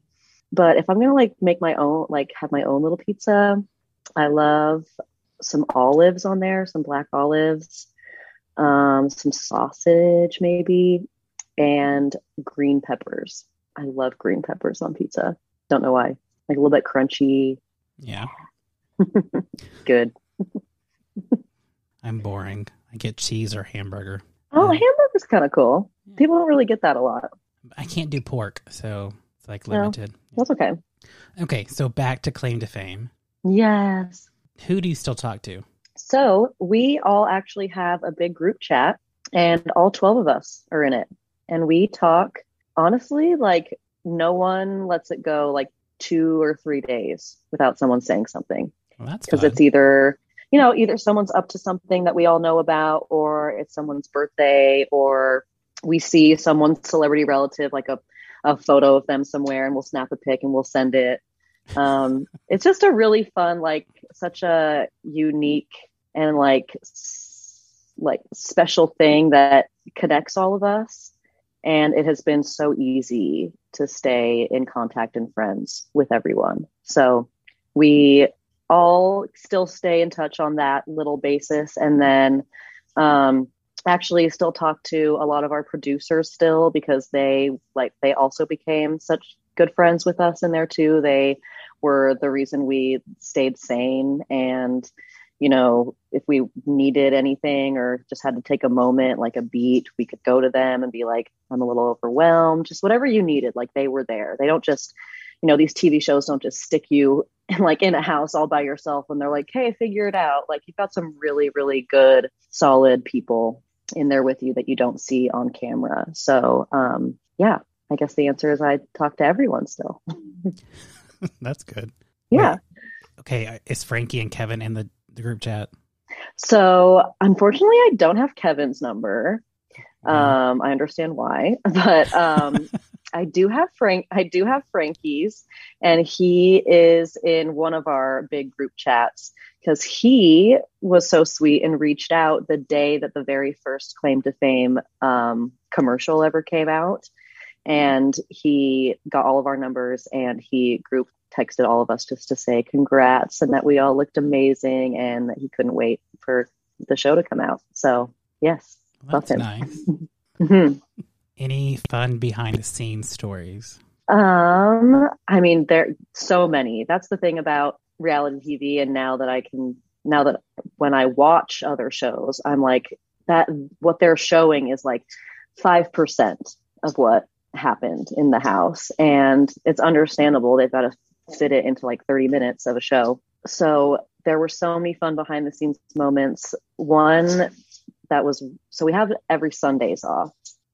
But if I'm gonna like make my own, like have my own little pizza, I love some olives on there, some black olives, um, some sausage maybe, and green peppers. I love green peppers on pizza. Don't know why. Like a little bit crunchy, Yeah, good. I'm boring. I get cheese or hamburger. Oh, Yeah. hamburger's kind of cool. Yeah. People don't really get that a lot. I can't do pork, so it's like No. limited. That's okay. Okay, so back to claim to fame. Yes. Who do you still talk to? So we all actually have a big group chat, and all 12 of us are in it. And we talk, honestly, like no one lets it go like two or three days without someone saying something Well, that's because fun. it's either, you know, either someone's up to something that we all know about, or it's someone's birthday, or we see someone's celebrity relative, like a, a photo of them somewhere, and we'll snap a pic and we'll send it. um it's just a really fun like such a unique and like s- like special thing that connects all of us and it has been so easy to stay in contact and friends with everyone so we all still stay in touch on that little basis and then um actually still talk to a lot of our producers still because they like they also became such good friends with us in there too they were the reason we stayed sane and you know if we needed anything or just had to take a moment like a beat we could go to them and be like i'm a little overwhelmed just whatever you needed like they were there they don't just you know these tv shows don't just stick you <laughs> like in a house all by yourself when they're like hey figure it out like you've got some really really good solid people in there with you that you don't see on camera so um yeah i guess the answer is i talk to everyone still <laughs> <laughs> that's good. yeah Okay, uh, is Frankie and Kevin in the, the group chat? So unfortunately, I don't have Kevin's number. Um, I understand why, <laughs> but um, I do have Frank. I do have Frankie's, and he is in one of our big group chats because he was so sweet and reached out the day that the very first claim to fame um, commercial ever came out, and he got all of our numbers and he group texted all of us just to say congrats and that we all looked amazing and that he couldn't wait for the show to come out. So yes. Well, that's okay. nice. Mhm. Any fun behind the scenes stories? Um, I mean, there so many. That's the thing about reality TV, and now that I can, now that when I watch other shows, I'm like that what they're showing is like five percent of what happened in the house. And it's understandable. They've got to fit it into like 30 minutes of a show. So there were so many fun behind the scenes moments. One that was so we have every Sundays off.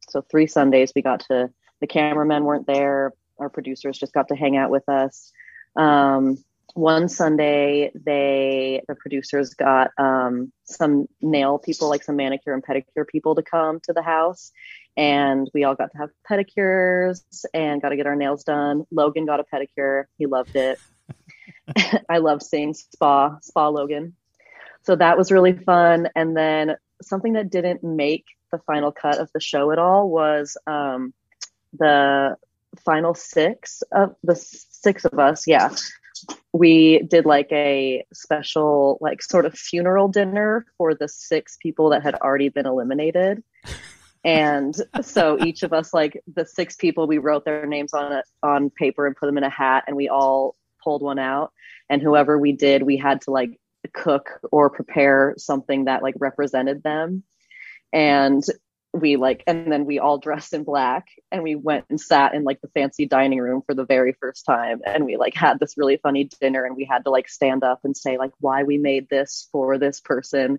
So three Sundays we got to the cameramen weren't there. Our producers just got to hang out with us. Um, one Sunday they the producers got um, some nail people, like some manicure and pedicure people, to come to the house, and we all got to have pedicures and got to get our nails done. Logan got a pedicure; he loved it. <laughs> I love seeing spa spa Logan, so that was really fun. And then something that didn't make the final cut of the show at all was um, the final six of the six of us. Yeah, we did like a special like sort of funeral dinner for the six people that had already been eliminated and so each of us like the six people we wrote their names on a, on paper and put them in a hat and we all pulled one out and whoever we did we had to like cook or prepare something that like represented them and we like and then we all dressed in black and we went and sat in like the fancy dining room for the very first time and we like had this really funny dinner and we had to like stand up and say like why we made this for this person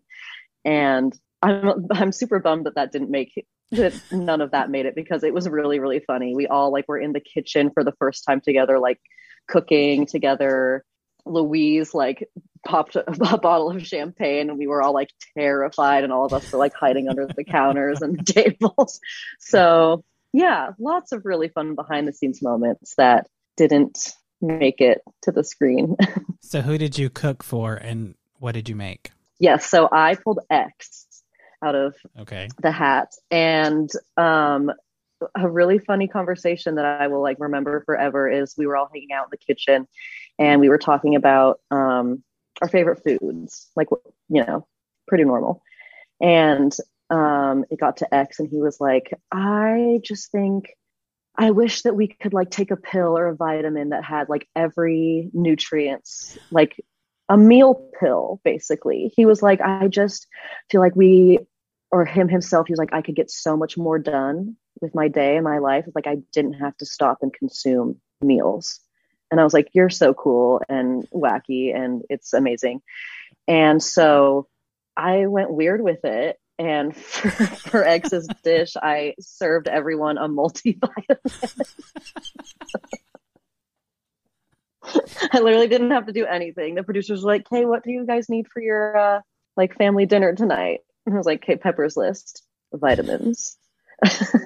and i'm i'm super bummed that that didn't make that none of that made it because it was really really funny we all like were in the kitchen for the first time together like cooking together louise like popped a, <laughs> a bottle of champagne and we were all like terrified and all of us were like hiding under the counters and <laughs> the tables so yeah lots of really fun behind the scenes moments that didn't make it to the screen <laughs> So who did you cook for and what did you make? yes so i pulled x out of Okay. the hat and um a really funny conversation that i will like remember forever is we were all hanging out in the kitchen and we were talking about um our favorite foods like you know pretty normal and um it got to x and he was like i just think i wish that we could like take a pill or a vitamin that had like every nutrients like a meal pill basically he was like i just feel like we or him himself, he was like, I could get so much more done with my day and my life. Like I didn't have to stop and consume meals. And I was like, you're so cool and wacky and it's amazing. And so I went weird with it. And <laughs> for, for X's dish, I served everyone a multivitamin. <laughs> I literally didn't have to do anything. The producers were like, hey, what do you guys need for your uh, like family dinner tonight? And I was like, okay, Pepper's list, vitamins. <laughs>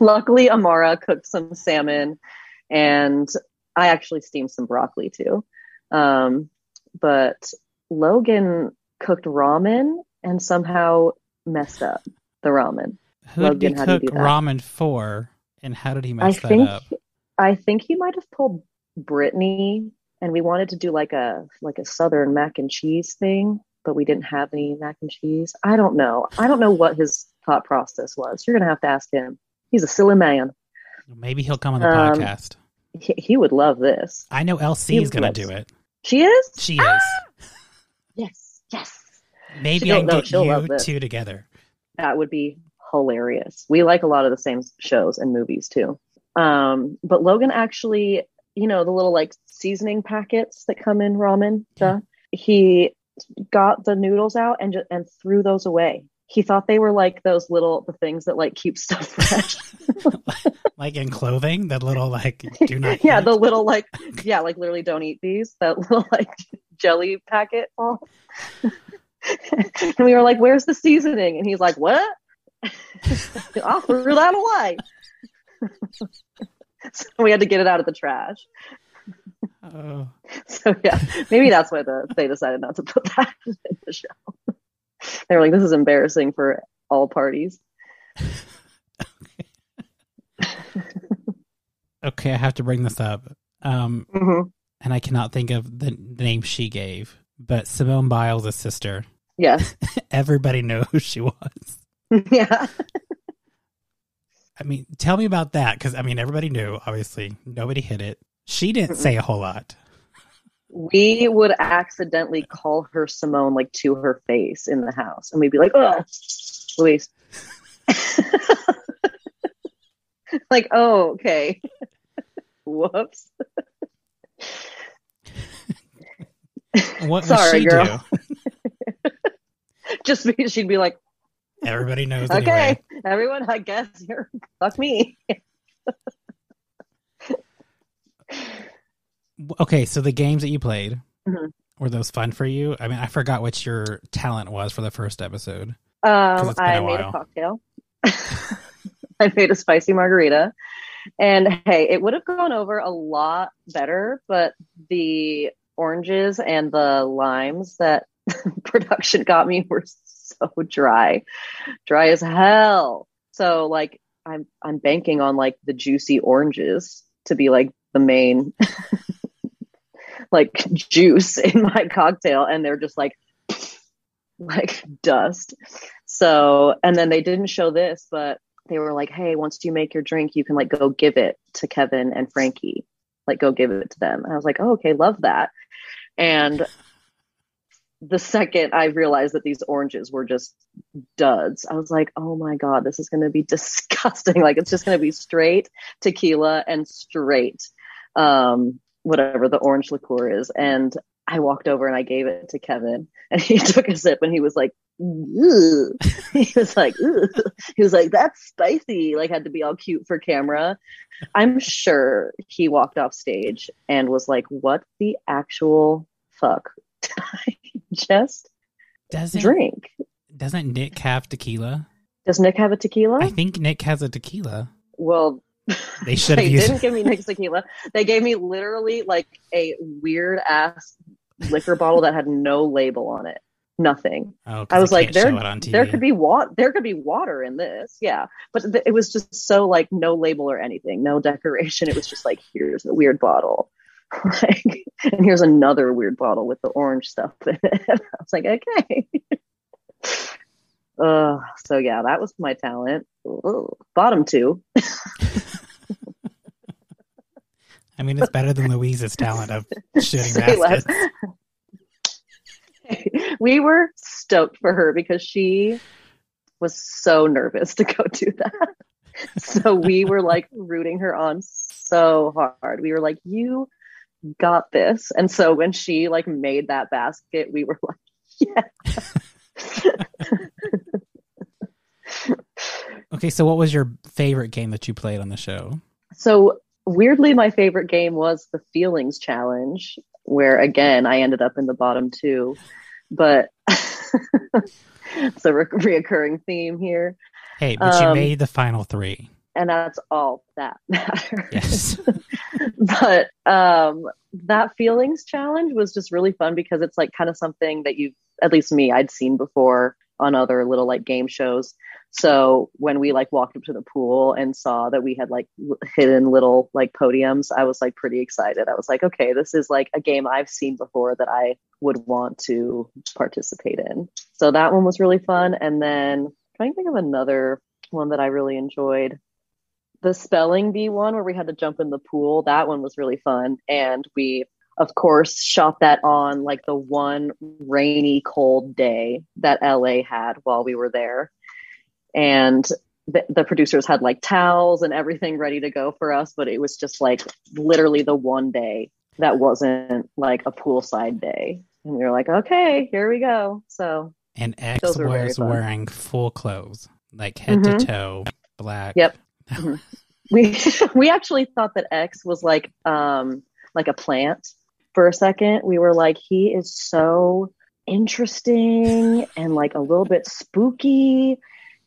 Luckily, Amara cooked some salmon and I actually steamed some broccoli too. Um, but Logan cooked ramen and somehow messed up the ramen. Who did you Logan, how do you cook do that? ramen for and how did he I mess that think up? I think he might have pulled Brittany and we wanted to do like a like a southern mac and cheese thing, but we didn't have any mac and cheese. I don't know. I don't know what his thought process was. You're gonna have to ask him. He's a silly man. Maybe he'll come on the um, podcast. He, he would love this. I know LC is he Ah! going to lives. do it. She is? She is. Yes. Yes. Maybe she'll- I can no, get she'll you love this. two <laughs> together. That would be hilarious. We like a lot of the same shows and movies too. Um, but Logan actually, you know, the little like seasoning packets that come in ramen, Yeah. duh, he got the noodles out and just, and threw those away. He thought they were like those little the things that like keep stuff fresh. Like in clothing, that little like do not <laughs> yeah, eat. the little like yeah, like literally don't eat these. That <laughs> little like jelly packet ball. <laughs> and we were like, "Where's the seasoning?" And he's like, "What?" <laughs> I threw that away. <laughs> so we had to get it out of the trash. Oh. So yeah, maybe that's why the, they decided not to put that <laughs> in the show. They were like, "This is embarrassing for all parties." Okay, I have to bring this up. Um hmm and I cannot think of the, the name she gave, but Simone Biles' sister. Yes, <laughs> Everybody <laughs> knows who she was. yeah. I mean, tell me about that because I mean, everybody knew. Obviously, nobody hit it. She didn't say a whole lot. we would accidentally call her Simone like to her face in the house, and we'd be like, "Oh, Louise." <laughs> like, oh, okay. <laughs> Whoops. What Sorry, would she girl. Just because she'd be like, do? Everybody knows <laughs> okay, anyway. everyone, I guess you're fuck me. Okay, so the games that you played Mhm. were those fun for you? I mean, I forgot what your talent was for the first episode. Um, it's been I a made while. a cocktail. <laughs> I made a spicy margarita. And hey, it would have gone over a lot better, but the oranges and the limes that <laughs> production got me were so dry. Dry as hell. So like I'm I'm banking on like the juicy oranges to be like the main <laughs> like juice in my cocktail and they're just like <laughs> like dust. So, and then they didn't show this, but they were like, hey, once you make your drink, you can like go give it to Kevin and Frankie. Like, go give it to them. And I was like, oh, okay, love that. And the second I realized that these oranges were just duds, I was like, oh my God, this is going to be <laughs> disgusting. Like, it's just going to be straight tequila and straight um, whatever the orange liqueur is. And I walked over and I gave it to Kevin, and he <laughs> took a sip and he was like, Ew. <laughs> he was like, Ew. he was like, that's spicy. Like, had to be all cute for camera. I'm sure he walked off stage and was like, what the actual fuck? <laughs> did I Just Doesn't drink. doesn't Nick have tequila? Does Nick have a tequila? I think Nick has a tequila. well, <laughs> They should have they used didn't give me Nick's tequila. They gave me literally like a weird ass liquor bottle that had no label on it. Nothing. Oh, 'cause I was they like, can't there- show it on TV. There could be water. There could be water in this. Yeah, but th- it was just so like no label or anything, no decoration. It was just like here's a weird bottle, <laughs> like, and here's another weird bottle with the orange stuff in it. <laughs> I was like, okay. <laughs> Uh, so yeah, that was my talent. Ugh. Bottom two. I mean, it's better than Louise's talent of shooting <laughs> Say less. baskets. <laughs> we were stoked for her because she was so nervous to go do that. <laughs> So we were like rooting her on so hard. We were like, "You got this!" And so when she like made that basket, we were like, "Yeah." Okay, so what was your favorite game that you played on the show? So weirdly, my favorite game was the feelings challenge, where again I ended up in the bottom two, but <laughs> it's a re- reoccurring theme here, Hey, but you Um, made the final three. <laughs> and that's all that <laughs> matters. <laughs> Yes. but um, that feelings challenge was just really fun because it's like kind of something that you've at least me i'd seen before on other little like game shows so when we like walked up to the pool and saw that we had like l- hidden little like podiums i was like pretty excited i was like okay this is like a game i've seen before that i would want to participate in so that one was really fun and then trying to think of another one that i really enjoyed the spelling bee one where we had to jump in the pool that one was really fun and we of course shot that on like the one rainy cold day that la had while we were there and the, the producers had like towels and everything ready to go for us but it was just like literally the one day that wasn't like a poolside day and we were like okay here we go so And X Those were very was fun. Mm-hmm. wearing full clothes, like head to toe, black. Yep. we <laughs> we actually thought that X was like um like a plant for a second. We were like, he is so interesting and like a little bit spooky.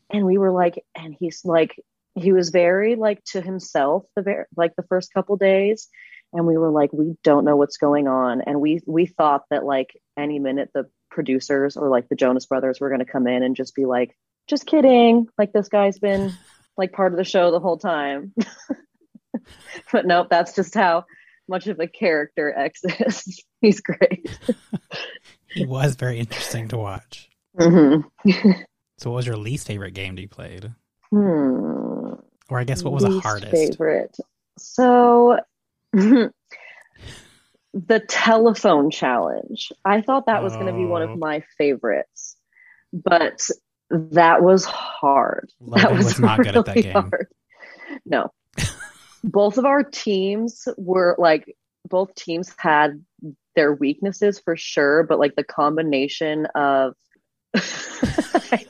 And we were like, and he's like he was very like to himself the ver- like the first couple days and we were like we don't know what's going on and we we thought that like any minute the producers or like the Jonas brothers were going to come in and just be like just kidding like this guy's been like part of the show the whole time. <laughs> but nope, that's just how much of a character X is. <laughs> He's great. He was very interesting to watch. hmm So, what was your least favorite game that you played? Hmm. Or I guess what was the Least hardest? favorite? <laughs> So <laughs> the telephone challenge. I thought that was going to be one Oh. of my favorites, but that was hard. Logan that was not good at that game. No, both of our teams were like both teams had their weaknesses for sure, but like the combination of <laughs> I,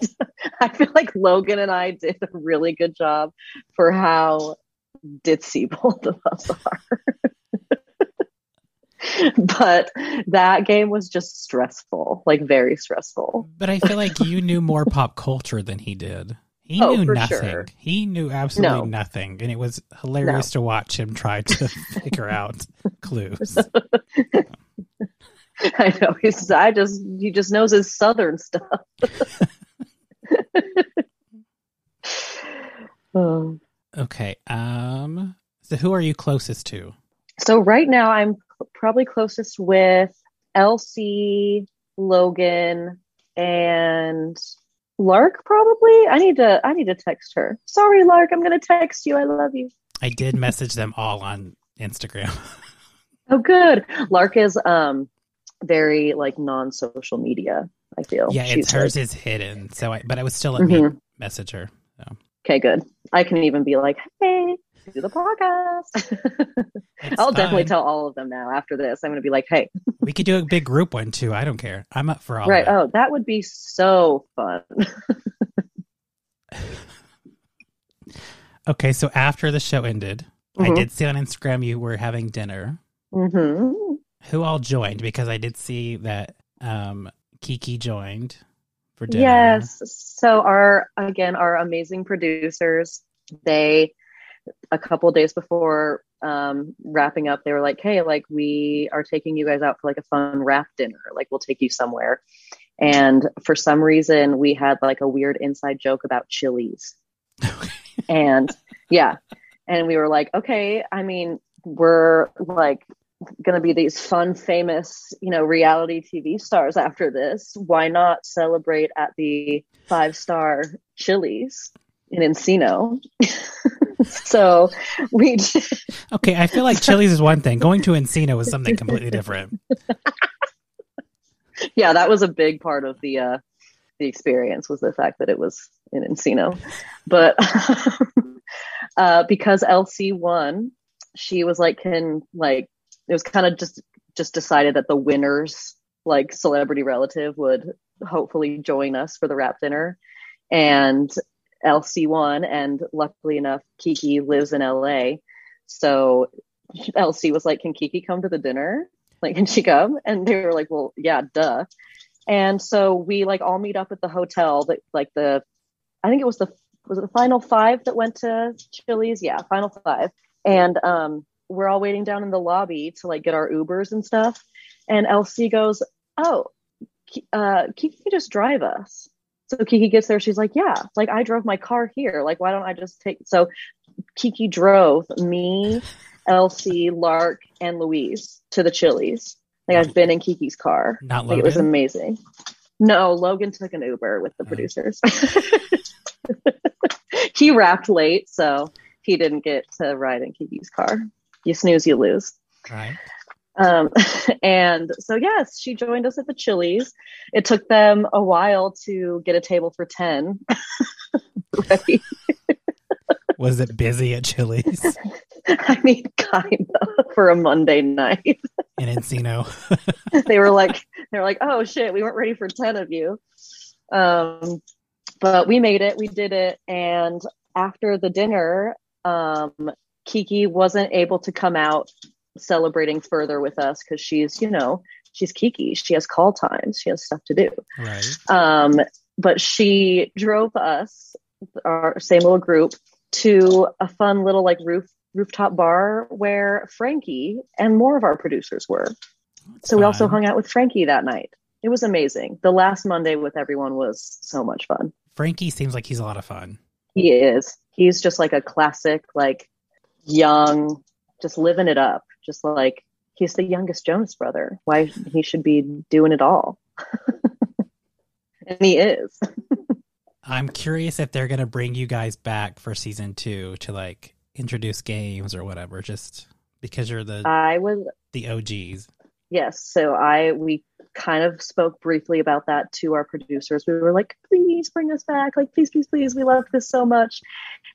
I feel like Logan and I did a really good job for how ditzy <laughs> both of us are. <laughs> but that game was just stressful, like very stressful. But I feel like you knew more pop culture than he did. He Oh, knew for nothing. sure. He knew absolutely No. nothing. And it was hilarious to watch him try to <laughs> figure out <laughs> clues. I know he's I just he just knows his southern stuff. <laughs> Um, Okay. Um so who are you closest to? so right now I'm probably closest with Elsie, Logan, and Lark probably. I need to I need to text her. Sorry, Lark, I'm gonna text you. I love you. I did message them all on Instagram. Oh good. Lark is um very like non social media, I feel. yeah, She's, it's like, hers is hidden. So I but I would still let me Mhm. message her. Okay, good. I can even be like, hey, do the podcast. It's <laughs> I'll definitely fine. tell all of them now after this. I'm going to be like, hey, We could do a big group one too. I don't care. I'm up for all of right. it. Oh, that would be so fun. Okay, so after the show ended, I Mhm. did see on Instagram you were having dinner. hmm Who all joined? Because I did see that um Kiki joined for dinner. Yes. So, our, again, our amazing producers, they, a couple days before um, wrapping up, they were like, hey, like, we are taking you guys out for like a fun wrap dinner. Like, we'll take you somewhere. And for some reason, we had like a weird inside joke about chilies. <laughs> and yeah and we were like okay i mean we're like gonna be these fun famous you know reality tv stars after this why not celebrate at the five star chilies in encino <laughs> so we Okay, I feel like Chili's is one thing. Going to Encino is something completely different. yeah that was a big part of the uh the experience was the fact that it was in Encino. But <laughs> uh, because LC won, she was like, can like it was kind of just just decided that the winners like celebrity relative would hopefully join us for the wrap dinner, and LC won, and luckily enough, Kiki lives in LA, so LC was like, can Kiki come to the dinner? Like, can she come? And they were like, well, yeah, duh and so we like all meet up at the hotel that like the i think it was the was it the final five that went to chili's yeah final five and um we're all waiting down in the lobby to like get our ubers and stuff and elsie goes oh Ki- uh kiki can just drive us so kiki gets there she's like yeah like i drove my car here like why don't i just take so kiki drove me elsie lark and louise to the chili's like i've been in kiki's car Not like, it was Logan. amazing. No, Logan took an Uber with the producers. <laughs> he wrapped late, so he didn't get to ride in Kiki's car. You snooze, you lose. right? Um, <laughs> and so, yes, she joined us at the Chili's. It took them a while to get a table for <laughs> 10. Ready. Was it busy at Chili's I mean, <laughs> kind of for a Monday night. in Encino? <laughs> they were like they were like oh shit we weren't ready for 10 of you um but we made it we did it and after the dinner um kiki wasn't able to come out celebrating further with us because she's you know she's kiki she has call times she has stuff to do Right. um, but she drove us, our same little group, to a fun little like roof rooftop bar where Frankie and more of our producers were. So we also Fun. hung out with Frankie that night. It was amazing. The last Monday with everyone was so much fun. Frankie seems like he's a lot of fun. He is. He's just like a classic, like young, just living it up. Just like he's the youngest Jonas brother. Why he should be doing it all. <laughs> and he is. I'm curious if they're gonna bring you guys back for season two to like introduce games or whatever, just because you're the I was the OGs. Yes. So I we kind of spoke briefly about that to our producers. We were like, please bring us back. Like, please, please, please. We love this so much.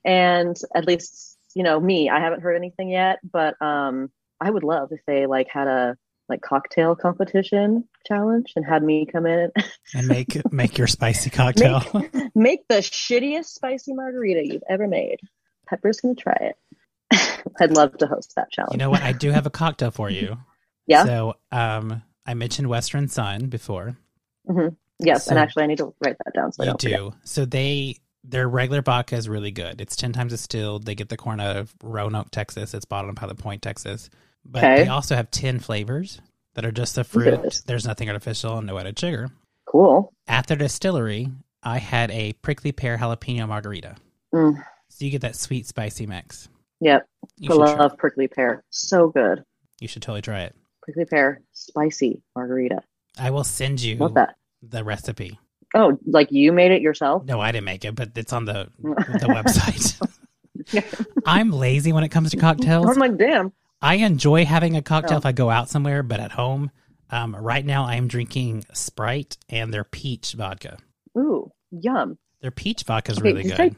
And at least you know me i haven't heard anything yet but um i would love if they like had a like cocktail competition challenge and had me come in and <laughs> make make your spicy cocktail. and <laughs> make the shittiest spicy margarita you've ever made pepper's gonna try it <laughs> i'd love to host that challenge you know what? I do have a cocktail for you. <laughs> Yeah? So um, I mentioned Western Sun before. yes and so- actually i need to write that down so I you don't forget. do. So they their regular vodka is really good. It's ten times distilled. They get the corn out of Roanoke, Texas. It's bottled in Pilot Point, Texas. But Okay. they also have ten flavors that are just the Yes. fruit. There's nothing artificial and no added sugar. cool At their distillery, I had a prickly pear jalapeno margarita. Mm. So you get that sweet spicy mix. yep You i should, love try, prickly pear so good you should totally try it. prickly pear spicy margarita I will send you love that the recipe. oh like you made it yourself No, I didn't make it, but it's on <laughs> the the website. I'm lazy when it comes to cocktails. i'm like damn I enjoy having a cocktail Oh. if I go out somewhere, but at home, um, right now I am drinking Sprite and their peach vodka. ooh yum Their peach vodka is Okay, really did you good. say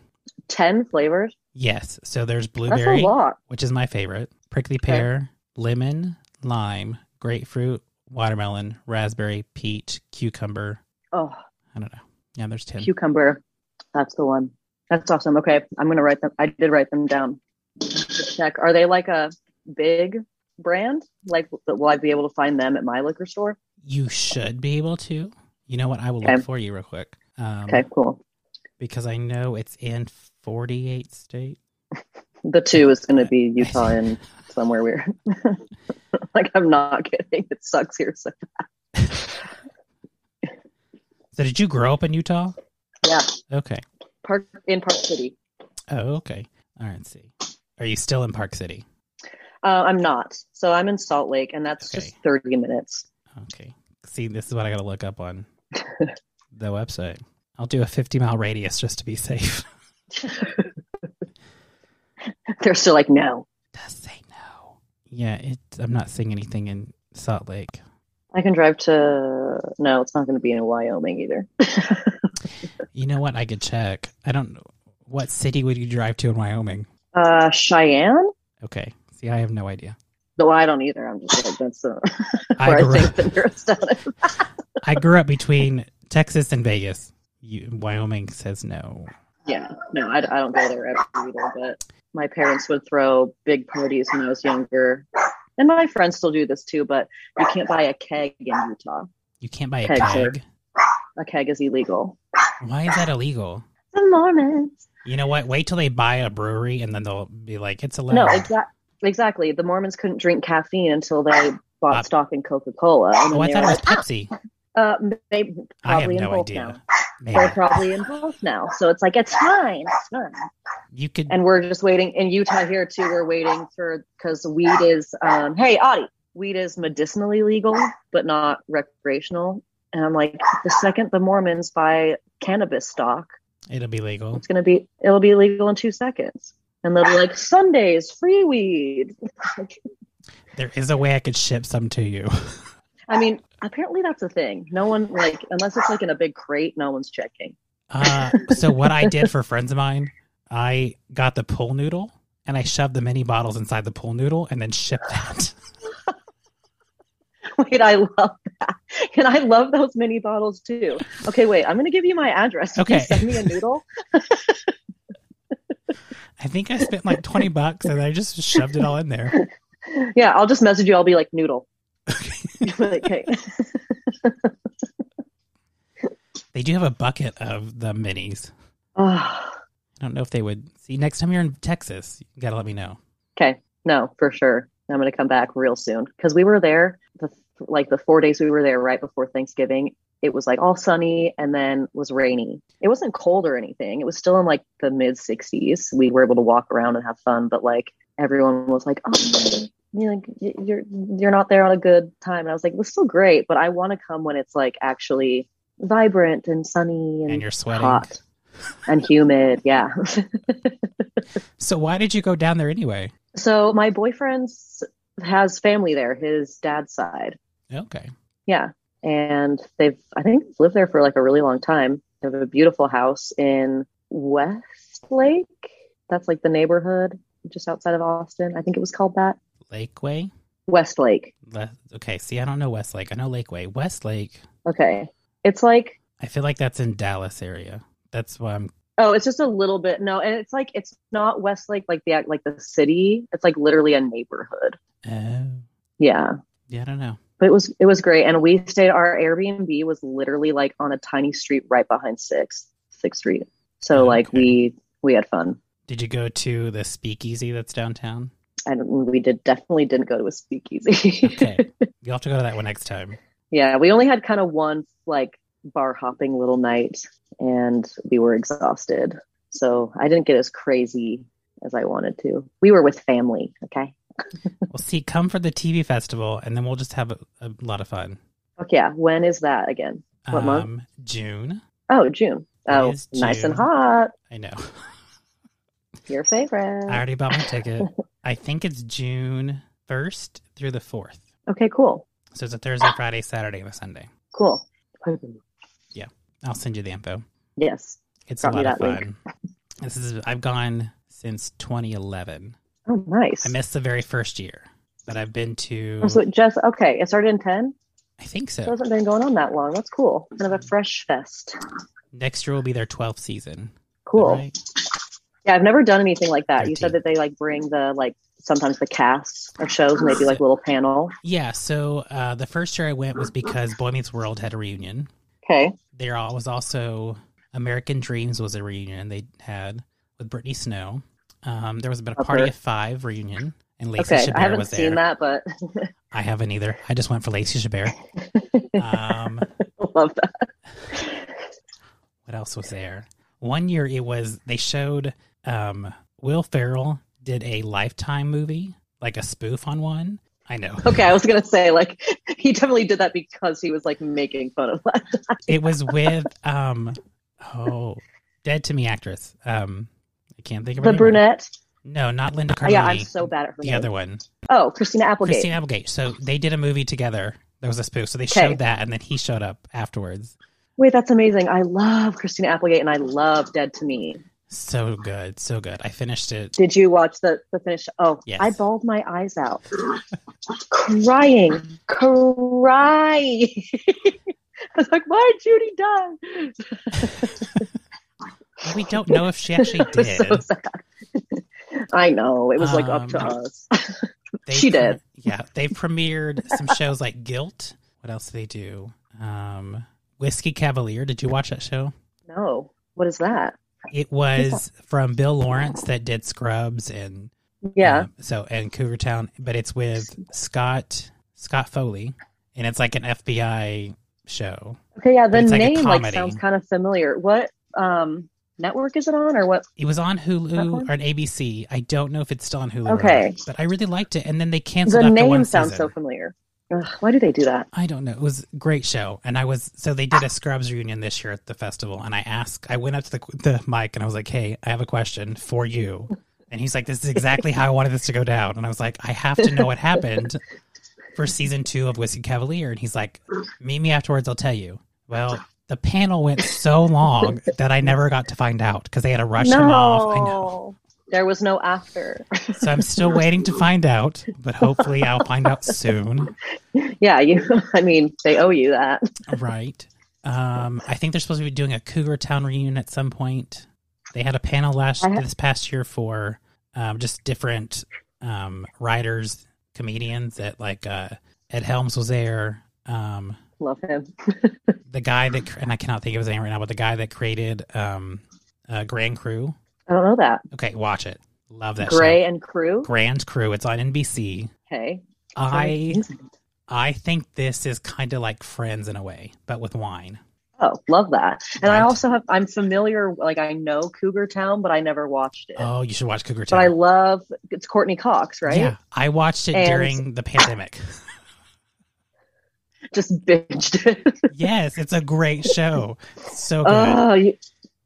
10 flavors yes, so there's that's blueberry, a lot which is my favorite, prickly Okay. pear, lemon, lime, grapefruit, watermelon, raspberry, peach, cucumber. oh I don't know. Yeah, there's ten. Cucumber. That's the one. That's awesome. Okay. I'm going to write them. I did write them down. Check. Are they like a big brand? Like, will I be able to find them at my liquor store? you should be able to. You know what? I will Okay. look for you real quick. Um, Okay, cool. Because I know it's in 48 states. The two is going <laughs> to be Utah and somewhere weird. <laughs> like, I'm not kidding. It sucks here. So. So did you grow up in Utah? Yeah. Okay. Park in Park City. Oh, okay. All right, see. Are you still in Park City? Uh, I'm not. So I'm in Salt Lake, and that's just Okay. 30 minutes. <laughs> Okay. See, this is what I got to look up on the website. I'll do a 50 mile radius just to be safe. They're still like, no, Does say no. Yeah, it, I'm not seeing anything in Salt Lake. I can drive to. No, it's not going to be in Wyoming either. You know what? I could check. I don't know. What city would you drive to in Wyoming? uh, Cheyenne? Okay. See, I have no idea. No, I don't either. I'm just like that's the <laughs> I <laughs> where I, grew, think <laughs> up, the nearest town is. I grew up between Texas and Vegas. You, Wyoming says no. Yeah, no, I, I don't go there ever either. But my parents would throw big parties when I was younger, and my friends still do this too. But you can't buy a keg in Utah. You can't buy a Kegs are- keg. A keg is illegal. Why is that illegal? The Mormons. You know what? Wait till they buy a brewery and then they'll be like, it's allowed. No, exa- exactly. The Mormons couldn't drink caffeine until they bought Uh, stock in Coca Cola. And oh, then I they thought were it was like, Pepsi. uh, they I have probably in no both idea. now. Maybe. They're probably in both now. So it's like it's fine. It's fine. You could. and we're just waiting in Utah here too. We're waiting for because weed is um, hey Audie, weed is medicinally legal but not recreational. And I'm like, the second the Mormons buy cannabis stock, It'll be legal. it's gonna be it'll be illegal in two seconds. And they'll be like, Sundays free weed. There is a way I could ship some to you. I mean, apparently that's a thing. No one like unless it's like in a big crate, no one's checking. <laughs> Uh, so what I did for friends of mine, I got the pool noodle and I shoved the mini bottles inside the pool noodle and then shipped <laughs> that. Wait, I love that. And I love those mini bottles too. Okay, wait, I'm gonna give you my address. Can you Okay. send me a noodle? I think I spent like twenty bucks and I just shoved it all in there. Yeah, I'll just message you. I'll be like noodle. <laughs> okay. They do have a bucket of the minis. Ah, I don't know if they would see next time you're in Texas. You gotta let me know. okay. No, for sure. I'm gonna come back real soon because we were there the like the four days we were there right before Thanksgiving. It was like all sunny and then was rainy. It wasn't cold or anything. It was still in like the mid 60s. We were able to walk around and have fun, but like everyone was like, "Oh, <laughs> you're like y- you're you're not there on a good time." And I was like, "It's still great, but I want to come when it's like actually vibrant and sunny And and you're sweating. hot and humid. Yeah. So why did you go down there anyway? so my boyfriend's has family there, his dad's side. Okay. Yeah. And they've, I think, lived there for like a really long time. They have a beautiful house in Westlake. That's like the neighborhood. just outside of Austin. I think it was called that. Lakeway. Westlake. Le- okay, see, I don't know Westlake. I know Lakeway. Westlake. Okay. It's like I feel like that's in Dallas area. That's why I'm. oh, it's just a little bit no, and it's like it's not Westlake like the like the city. It's like literally a neighborhood. Oh, Yeah. yeah, I don't know. But it was it was great. And we stayed our Airbnb was literally like on a tiny street right behind sixth, sixth street. So like Okay. we we had fun. Did you go to the speakeasy that's downtown? And we did definitely didn't go to a speakeasy. <laughs> Okay. You'll have to go to that one next time. Yeah, we only had kind of one like bar hopping little night and we were exhausted. So I didn't get as crazy as I wanted to. We were with family, okay? Well, see, come for the TV festival, and then we'll just have a, a lot of fun. Um, Fuck yeah. When is that again? What month? June. Oh, June. Oh, is nice and June. hot. I know. Your I favorite. already bought my <laughs> ticket. I think it's June first through the fourth. Okay, cool. So it's a Thursday, Ah. Friday, Saturday, and a Sunday. Cool. I'll send you the info. Yes. It's Drop a me lot of that fun. This is I've gone since 2011. Oh, nice. I missed the very first year, but I've been to. Oh, so it just okay. It started in ten. I think It so. hasn't been going on that long. That's cool. Kind of a fresh fest. Next year will be their 12th season. Cool. right? Yeah, I've never done anything like that. You said 13. that they like bring the like sometimes the casts of shows and they do like little panel. Yeah. So uh, the first year I went was because Boy Meets World had a reunion. Okay. There al- was also American Dreams was a reunion they had with Brittany Snow. Um, there was about a Love Party her. of Five reunion, and Lacey Okay, Chabert I haven't was there. seen that, but <laughs> I haven't either. I just went for Lacey Chabert. um, I love that. what else was there? One year it was they showed um, Will Ferrell did a Lifetime movie, like a spoof on one. I know Okay, I was gonna say like <laughs> he definitely did that because he was like making fun of that. it was with um, oh, dead to me actress. Um, I can't think of her The name. brunette. No, not Linda Oh, Cardellini. yeah, I'm so bad at her the name. other one, Oh, Christina Applegate. Christine Applegate. So they did a movie together. There was a spoof, so they Okay. showed that, and then he showed up afterwards. Wait, that's amazing. I love Christina Applegate, and I love Dead to Me. So good, so good. I finished it. Did you watch the the finish? Oh, Yes. I bawled my eyes out, crying, crying. <laughs> I was like, "Why did Judy die?" We don't know if she <laughs> actually It was did. so sad. I know it was like up to Um, us. <laughs> She did. Yeah, they've premiered some shows like Guilt. What else do they do? Um, Whiskey Cavalier. Did you watch that show? no, what is that? It was from Bill Lawrence that did Scrubs and Yeah. um, so and Cougar Town, but it's with Scott Scott Foley, and it's like an FBI show. Okay, yeah, But the it's like a name like, comedy. sounds kind of familiar. What um network is it on or what? It was on That Hulu one? or an ABC. I don't know if it's still on Hulu. or Okay. not, but I really liked it, and then they canceled The after one name sounds season. so familiar. Ugh, why do they do that? I don't know. It was a great show, and I was so they did a Scrubs reunion this year at the festival, and I asked, I went up to the the mic and I was like, "Hey, I have a question for you," and he's like, "This is exactly how I wanted this to go down," and I was like, "I have to know what happened for season two of Whiskey Cavalier," and he's like, "Meet me afterwards, I'll tell you." Well, the panel went so long that I never got to find out because they had to rush him off. I know, No. There was no after. so I'm still waiting to find out, but hopefully I'll find out soon. yeah, you <laughs> I mean, they owe you that. Right. Um, I think they're supposed to be doing a Cougar Town reunion at some point. They had a panel last I ha- this past year for um, just different um, writers, comedians. That like uh, Ed Helms was there. Um, Love him. the guy that cr- and I cannot think of his name right now, but the guy that created um, uh, Grand Crew. I don't know that. Okay, watch it. Love that Gray and Crew. show. Grand Crew. It's on NBC. Okay. I I think this is kind of like Friends in a way, but with wine. Oh, love that. And I Right. also have I'm familiar like I know Cougar Town, but I never watched it. Oh, you should watch Cougar but Town. I love it's Courtney Cox, right? Yeah, I watched it And- during the <laughs> pandemic. Just binged <laughs> it. yes, it's a great show. So good. Oh, you,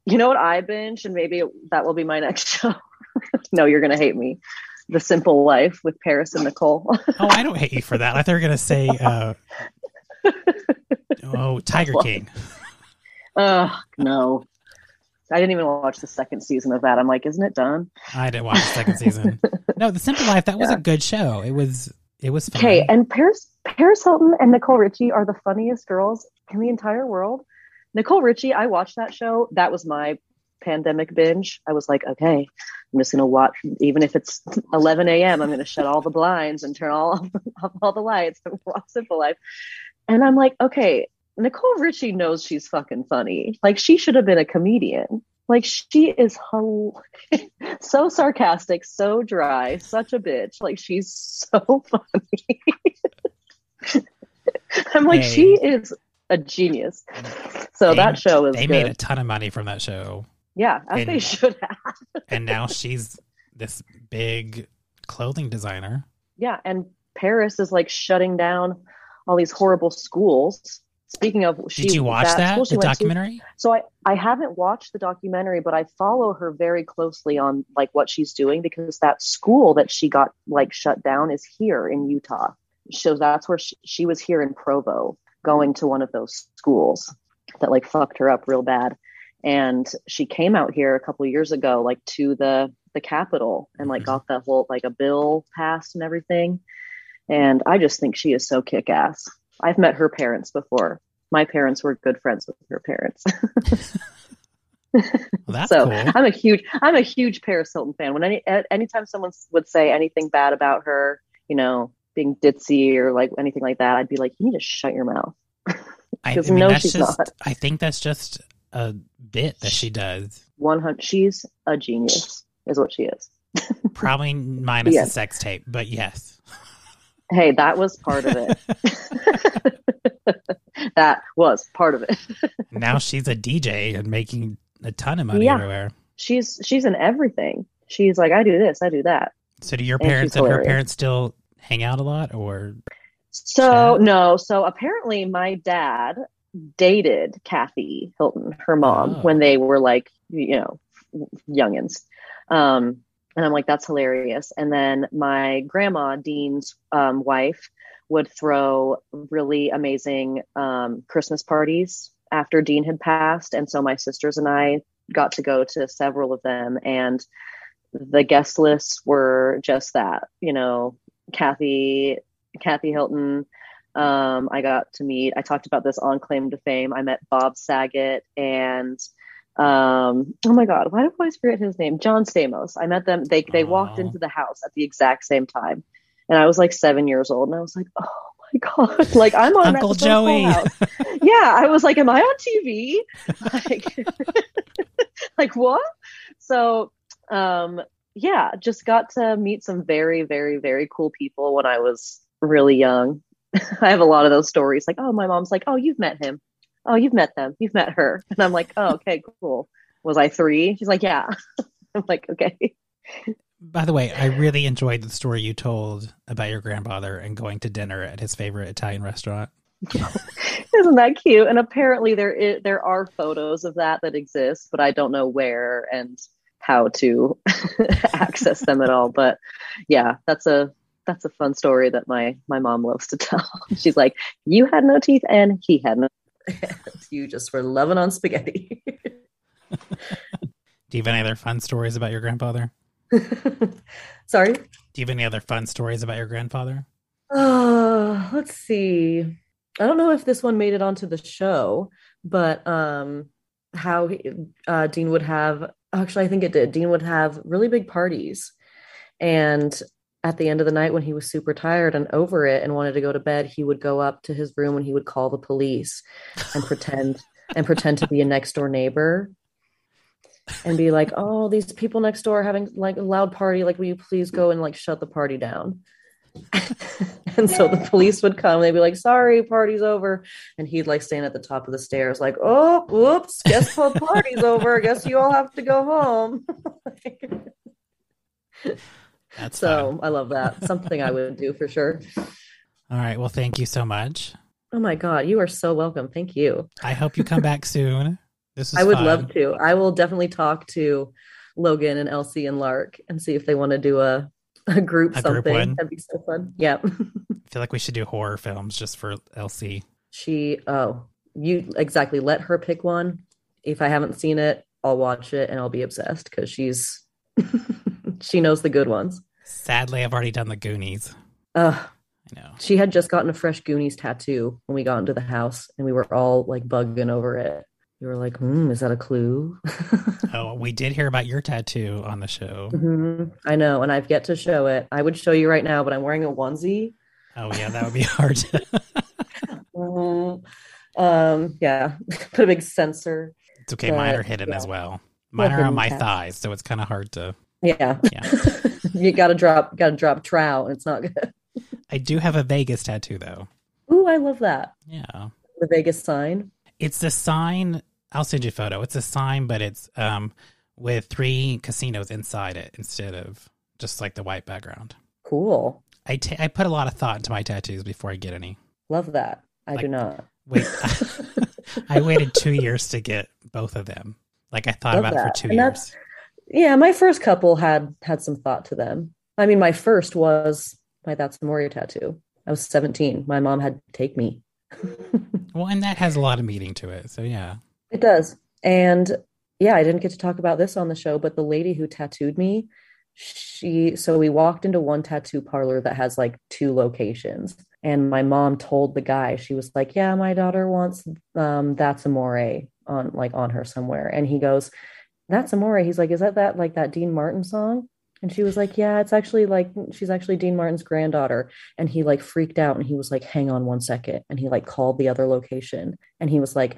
you know what I binge, and maybe that will be my next <laughs> show. no, you're gonna hate me. The Simple Life with Paris and Nicole. <laughs> oh, I don't hate you for that. I thought you were gonna say, uh, oh, Tiger King. Ugh, no, I didn't even watch the second season of that. I'm like, isn't it done? I didn't watch the second season. No, The Simple Life. That was a good show. It was. It was fun. Okay, and Paris Paris Hilton and Nicole Richie are the funniest girls in the entire world. Nicole Richie, I watched that show. That was my pandemic binge. I was like, okay, I'm just gonna watch, even if it's 11 a.m. I'm gonna shut all the blinds and turn all off all <laughs> the lights and watch Simple Life. And I'm like, okay, Nicole Richie knows she's fucking funny. Like she should have been a comedian. Like she is hel- <laughs> so sarcastic, so dry, such a bitch. Like she's so <laughs> funny. I'm like, Hey. she is a genius. So They- that show is they good. made a ton of money from that show, yeah, as and- they should have. and now she's this big clothing designer. Yeah, and Paris is like shutting down all these horrible schools. Speaking of, she, Did you watch that, school she the went to- <laughs> documentary? so I, I haven't watched the documentary, but I follow her very closely on like what she's doing because that school that she got like shut down is here in Utah. So that's where she, she was here in Provo, going to one of those schools that like fucked her up real bad. And she came out here a couple years ago, like to the the Capitol, and like Mhm. got that whole like a bill passed and everything. And I just think she is so kick ass. I've met her parents before. My parents were good friends with her parents. Well, that's so cool. I'm a huge I'm a huge Paris Hilton fan. When any at- anytime someone s- would say anything bad about her, you know, being ditzy or like anything like that, I'd be like, you need to shut your mouth. I, I because mean, no, that's she's just. not. I think that's just a bit that she does. One hundred. She's a genius, is what she is. Probably minus Yes. the sex tape, but yes. <laughs> Hey, that was part of it. <laughs> that was part of it. now she's a DJ and making a ton of money Yeah. everywhere. She's she's in everything. She's like, I do this, I do that. So do your And she's parents and her hilarious. parents still hang out a lot or So Chad? no, so apparently my dad dated Kathy Hilton, her mom, Oh. when they were like, you know, youngins. Um, and I'm like, that's hilarious. And then my grandma Dean's um, wife would throw really amazing um, Christmas parties after Dean had passed, and so my sisters and I got to go to several of them, and the guest lists were just that, you know, Kathy Kathy Hilton. Um, I got to meet. I talked about this on Claim to Fame. I met Bob Saget and um, oh my God, why do I always forget his name? John Stamos. I met them. They they walked Aw. into the house at the exact same time, and I was like seven years old, and I was like, oh my God, like I'm on Uncle Ratchet Full Joey. <laughs> House. yeah, I was like, am I on TV? Like, <laughs> like what? So um, yeah, just got to meet some very, very, very cool people when I was really young. <laughs> I have a lot of those stories. Like, oh, my mom's like, oh, you've met him. Oh, you've met them. You've met her. And I'm like, oh, okay, cool. Was I three? She's like, yeah. <laughs> I'm like, okay. By the way, I really enjoyed the story you told about your grandfather and going to dinner at his favorite Italian restaurant. <laughs> Isn't that cute? And apparently there is, there are photos of that that exist, but I don't know where and how to <laughs> access them at all. But yeah, that's a that's a fun story that my my mom loves to <laughs> tell. She's like, "You had no teeth, and he had no." <laughs> you just were loving on spaghetti. <laughs> Do you have any other fun stories about your grandfather? Sorry. Do you have any other fun stories about your grandfather? Uh, let's see. I don't know if this one made it onto the show, but um, how he- uh, Dean would have, actually, I think it did. Dean would have really big parties. And at the end of the night, when he was super tired and over it and wanted to go to bed, he would go up to his room and he would call the police and pretend and pretend to be a next door neighbor and be like, "Oh, these people next door are having like a loud party. Like, will you please go and like shut the party down?" <laughs> and so the police would come. They'd be like, "Sorry, party's over," and he'd like stand at the top of the stairs, like, "Oh, whoops, guess what? <laughs> Party's over. Guess you all have to go home." <laughs> That's so. so I love that. Something I would do for sure. All right. Well, thank you so much. Oh my god, you are so welcome. Thank you. I hope you come back soon. This is I would fun. love to. I will definitely talk to Logan and Elsie and Lark and see if they want to do a a group A group something. one. That'd be so fun. Yeah. I feel like we should do horror films just for Elsie. uh, she oh, you exactly let her pick one. If I haven't seen it, I'll watch it and I'll be obsessed because she's she knows the good ones. Sadly, I've already done the Goonies. Ugh, I know. she had just gotten a fresh Goonies tattoo when we got into the house, and we were all like bugging over it. We were like, hmm, is that a clue? Oh, we did hear about your tattoo on the show. Mhm. I know, and I've yet to show it. I would show you right now, but I'm wearing a onesie. Oh yeah, that would be <laughs> hard. Mm. Um, yeah, <laughs> put a big sensor. it's okay. Mine are hidden as well. Mine are on my thighs, so it's kind of hard to. Yeah, Yeah. <laughs> you gotta drop, gotta drop trout, and it's not good. I do have a Vegas tattoo though. Ooh, I love that Yeah, the Vegas sign. it's a sign. I'll send you a photo. It's a sign, but it's um with three casinos inside it instead of just like the white background. Cool, I ta- I put a lot of thought into my tattoos before I get any. love that. I do Like- not. Wait, <laughs> I waited two years to get both of them. Like I thought Love about it that. for two And that's- years. <laughs> Yeah, my first couple had had some thought to them. I mean, my first was my That's Moria tattoo. I was 17. My mom had to take me. <laughs> Well, and that has a lot of meaning to it. So yeah, It does. And yeah, I didn't get to talk about this on the show, but the lady who tattooed me, she, so we walked into one tattoo parlor that has like two locations. And my mom told the guy, she was like, Yeah, my daughter wants um that's amore on like on her somewhere. And he goes, That's amore. He's like, Is that that like that Dean Martin song? And she was like, Yeah, it's actually like she's actually Dean Martin's granddaughter. And he like freaked out and he was like, Hang on one second. And he like called the other location and he was like,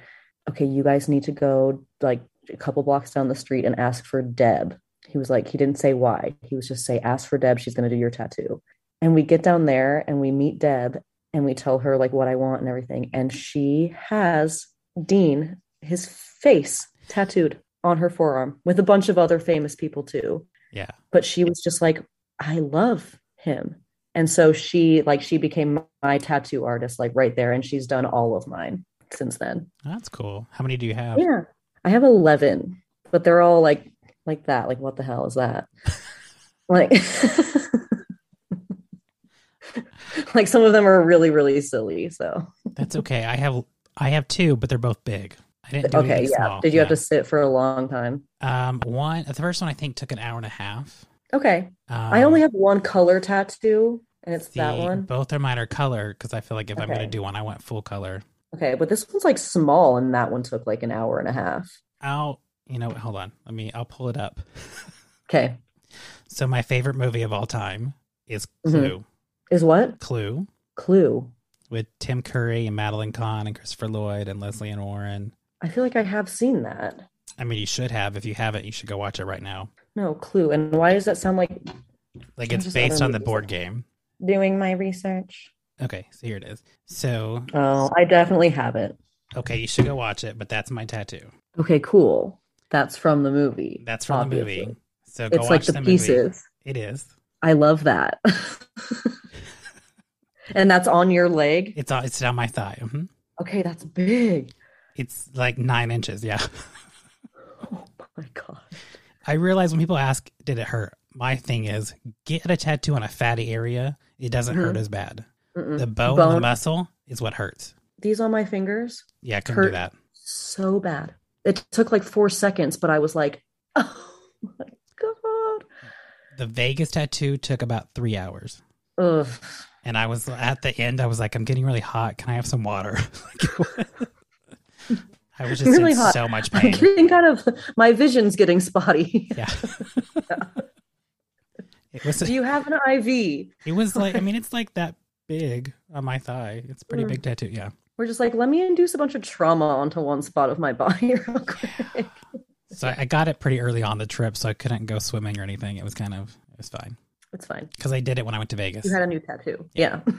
okay, you guys need to go like a couple blocks down the street and ask for Deb. He was like, he didn't say why. He was just say, ask for Deb. She's going to do your tattoo. And we get down there and we meet Deb and we tell her like what I want and everything. And she has Dean, his face tattooed on her forearm with a bunch of other famous people too yeah. but she was just like i love him and so she like she became my tattoo artist like right there and she's done all of mine since then That's cool. How many do you have? yeah. I have 11, but they're all like like that. Like what the hell <laughs> is that? like <laughs> Like some of them are really really silly, so. That's okay. I have I have two, but they're both big. I didn't do Okay, anything yeah. small. Did you have to sit for a long time? to? Um, one. The first one I think took an hour and a half. Okay. Um, I only have one color tattoo and it's that the- one. Both are minor color because I feel like if I'm going to Okay. do one, I want full color. Okay, but this one's like small and that one took like an hour and a half. I'll you know hold on. Let me. I'll pull it up. <laughs> Okay. So my favorite movie of all time is Mhm. Clue. Is what? Clue Clue. with Tim Curry and Madeline Kahn and Christopher Lloyd and Leslie and Warren. I feel like I have seen that. I mean, you should have. If you haven't, you should go watch it right now. No, Clue. And why does that sound like Like I'm it's just based utterly on the lost. board game. doing my research? Okay, so here it is. So Oh, I definitely have it. Okay, you should go watch it, but that's my tattoo. Okay, cool. That's from the movie. That's from the obviously. movie. So go watch It's like the, movie. pieces. It is. I love that. <laughs> and that's on your leg. It's on, it's down my thigh. hmm Okay, that's big. It's like nine inches. Yeah. <laughs> Oh my god. I realize when people ask, "Did it hurt?" My thing is, get a tattoo on a fatty area. It doesn't Mhm. hurt as bad. Mm-mm. The bone, and the Mm-hmm. Bone. muscle is what hurts. These on my fingers, Yeah, I couldn't do Hurt. that. so bad. It took like four seconds, but I was like, <laughs> oh my god. The Vegas tattoo took about three hours, Ugh. and I was at the end. I was like, "I'm getting really hot. Can I have some water?" <laughs> Like, I was just Really in hot. so <laughs> much I'm pain. getting kind of my vision's getting spotty. <laughs> Yeah. <laughs> it was Do you have an IV? it was like I mean it's like that big on my thigh. It's a pretty Mm. big tattoo, yeah. We're just like, let me induce a bunch of trauma onto one spot of my body <laughs> real quick. So I I got it pretty early on the trip, so I couldn't go swimming or anything. It was kind of it was fine It's fine. because I did it when I went to Vegas. You had a new tattoo. Yeah. <laughs>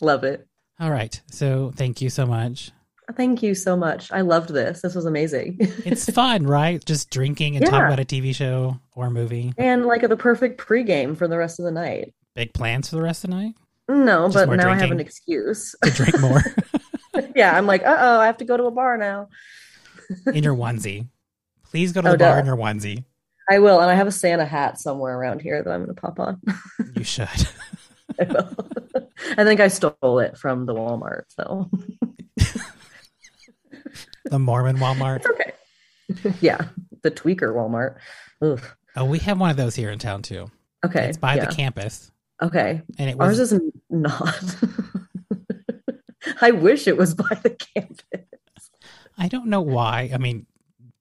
Love it. All right, so thank you so much. Thank you so much. I loved this. This was amazing. <laughs> It's fun, right? Just drinking and talking Yeah. about a TV show or movie. and like the perfect pregame for the rest of the night. Big plans for the rest of the night No, Just but more now I have drinking. an excuse. <laughs> to drink more yeah, I'm like, uh oh, I have to go to a bar now. in your onesie. Please go to Oh, the bar duh. in your onesie. I will. And I have a Santa hat somewhere around here that I'm going to pop on. <laughs> You should. <laughs> I will. <laughs> I think I stole it from the Walmart. So the Mormon Walmart. it's okay. <laughs> yeah, the tweaker Walmart. Ugh. Oh, we have one of those here in town too. Okay. It's by yeah. the campus, Okay. and it Ours was. is n- not. <laughs> I wish it was by the campus. I don't know why. I mean,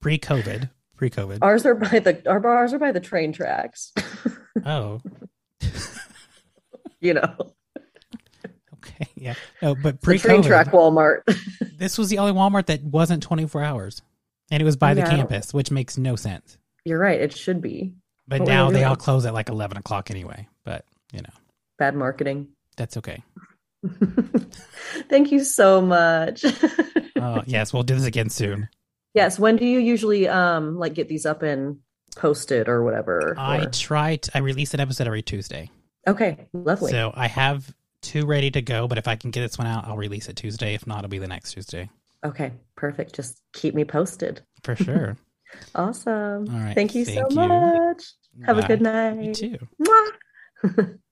pre-COVID, pre-COVID. Ours are by the our ours are by the train tracks. <laughs> oh, you know, okay, <laughs> yeah. No, but the train track pre-COVID, Walmart. <laughs> this was the only Walmart that wasn't 24 hours, and it was by the Yeah. campus, which makes no sense. You're right. It should be But What were now they they all doing? close at like 11 o'clock anyway. But you know, bad marketing. <laughs> that's okay. Thank you so much. <laughs> Oh, yes, we'll do this again soon. yes. When do you usually um like get these up and posted or whatever? I or- try. To, I release an episode every Tuesday, okay. Lovely. so I have two ready to go. But if I can get this one out, I'll release it Tuesday. If not, it'll be the next Tuesday okay. Perfect. Just keep me posted. <laughs> for sure. Awesome. All right, Thank you so thank you. much. Have a Bye. good You night. too. Mwah.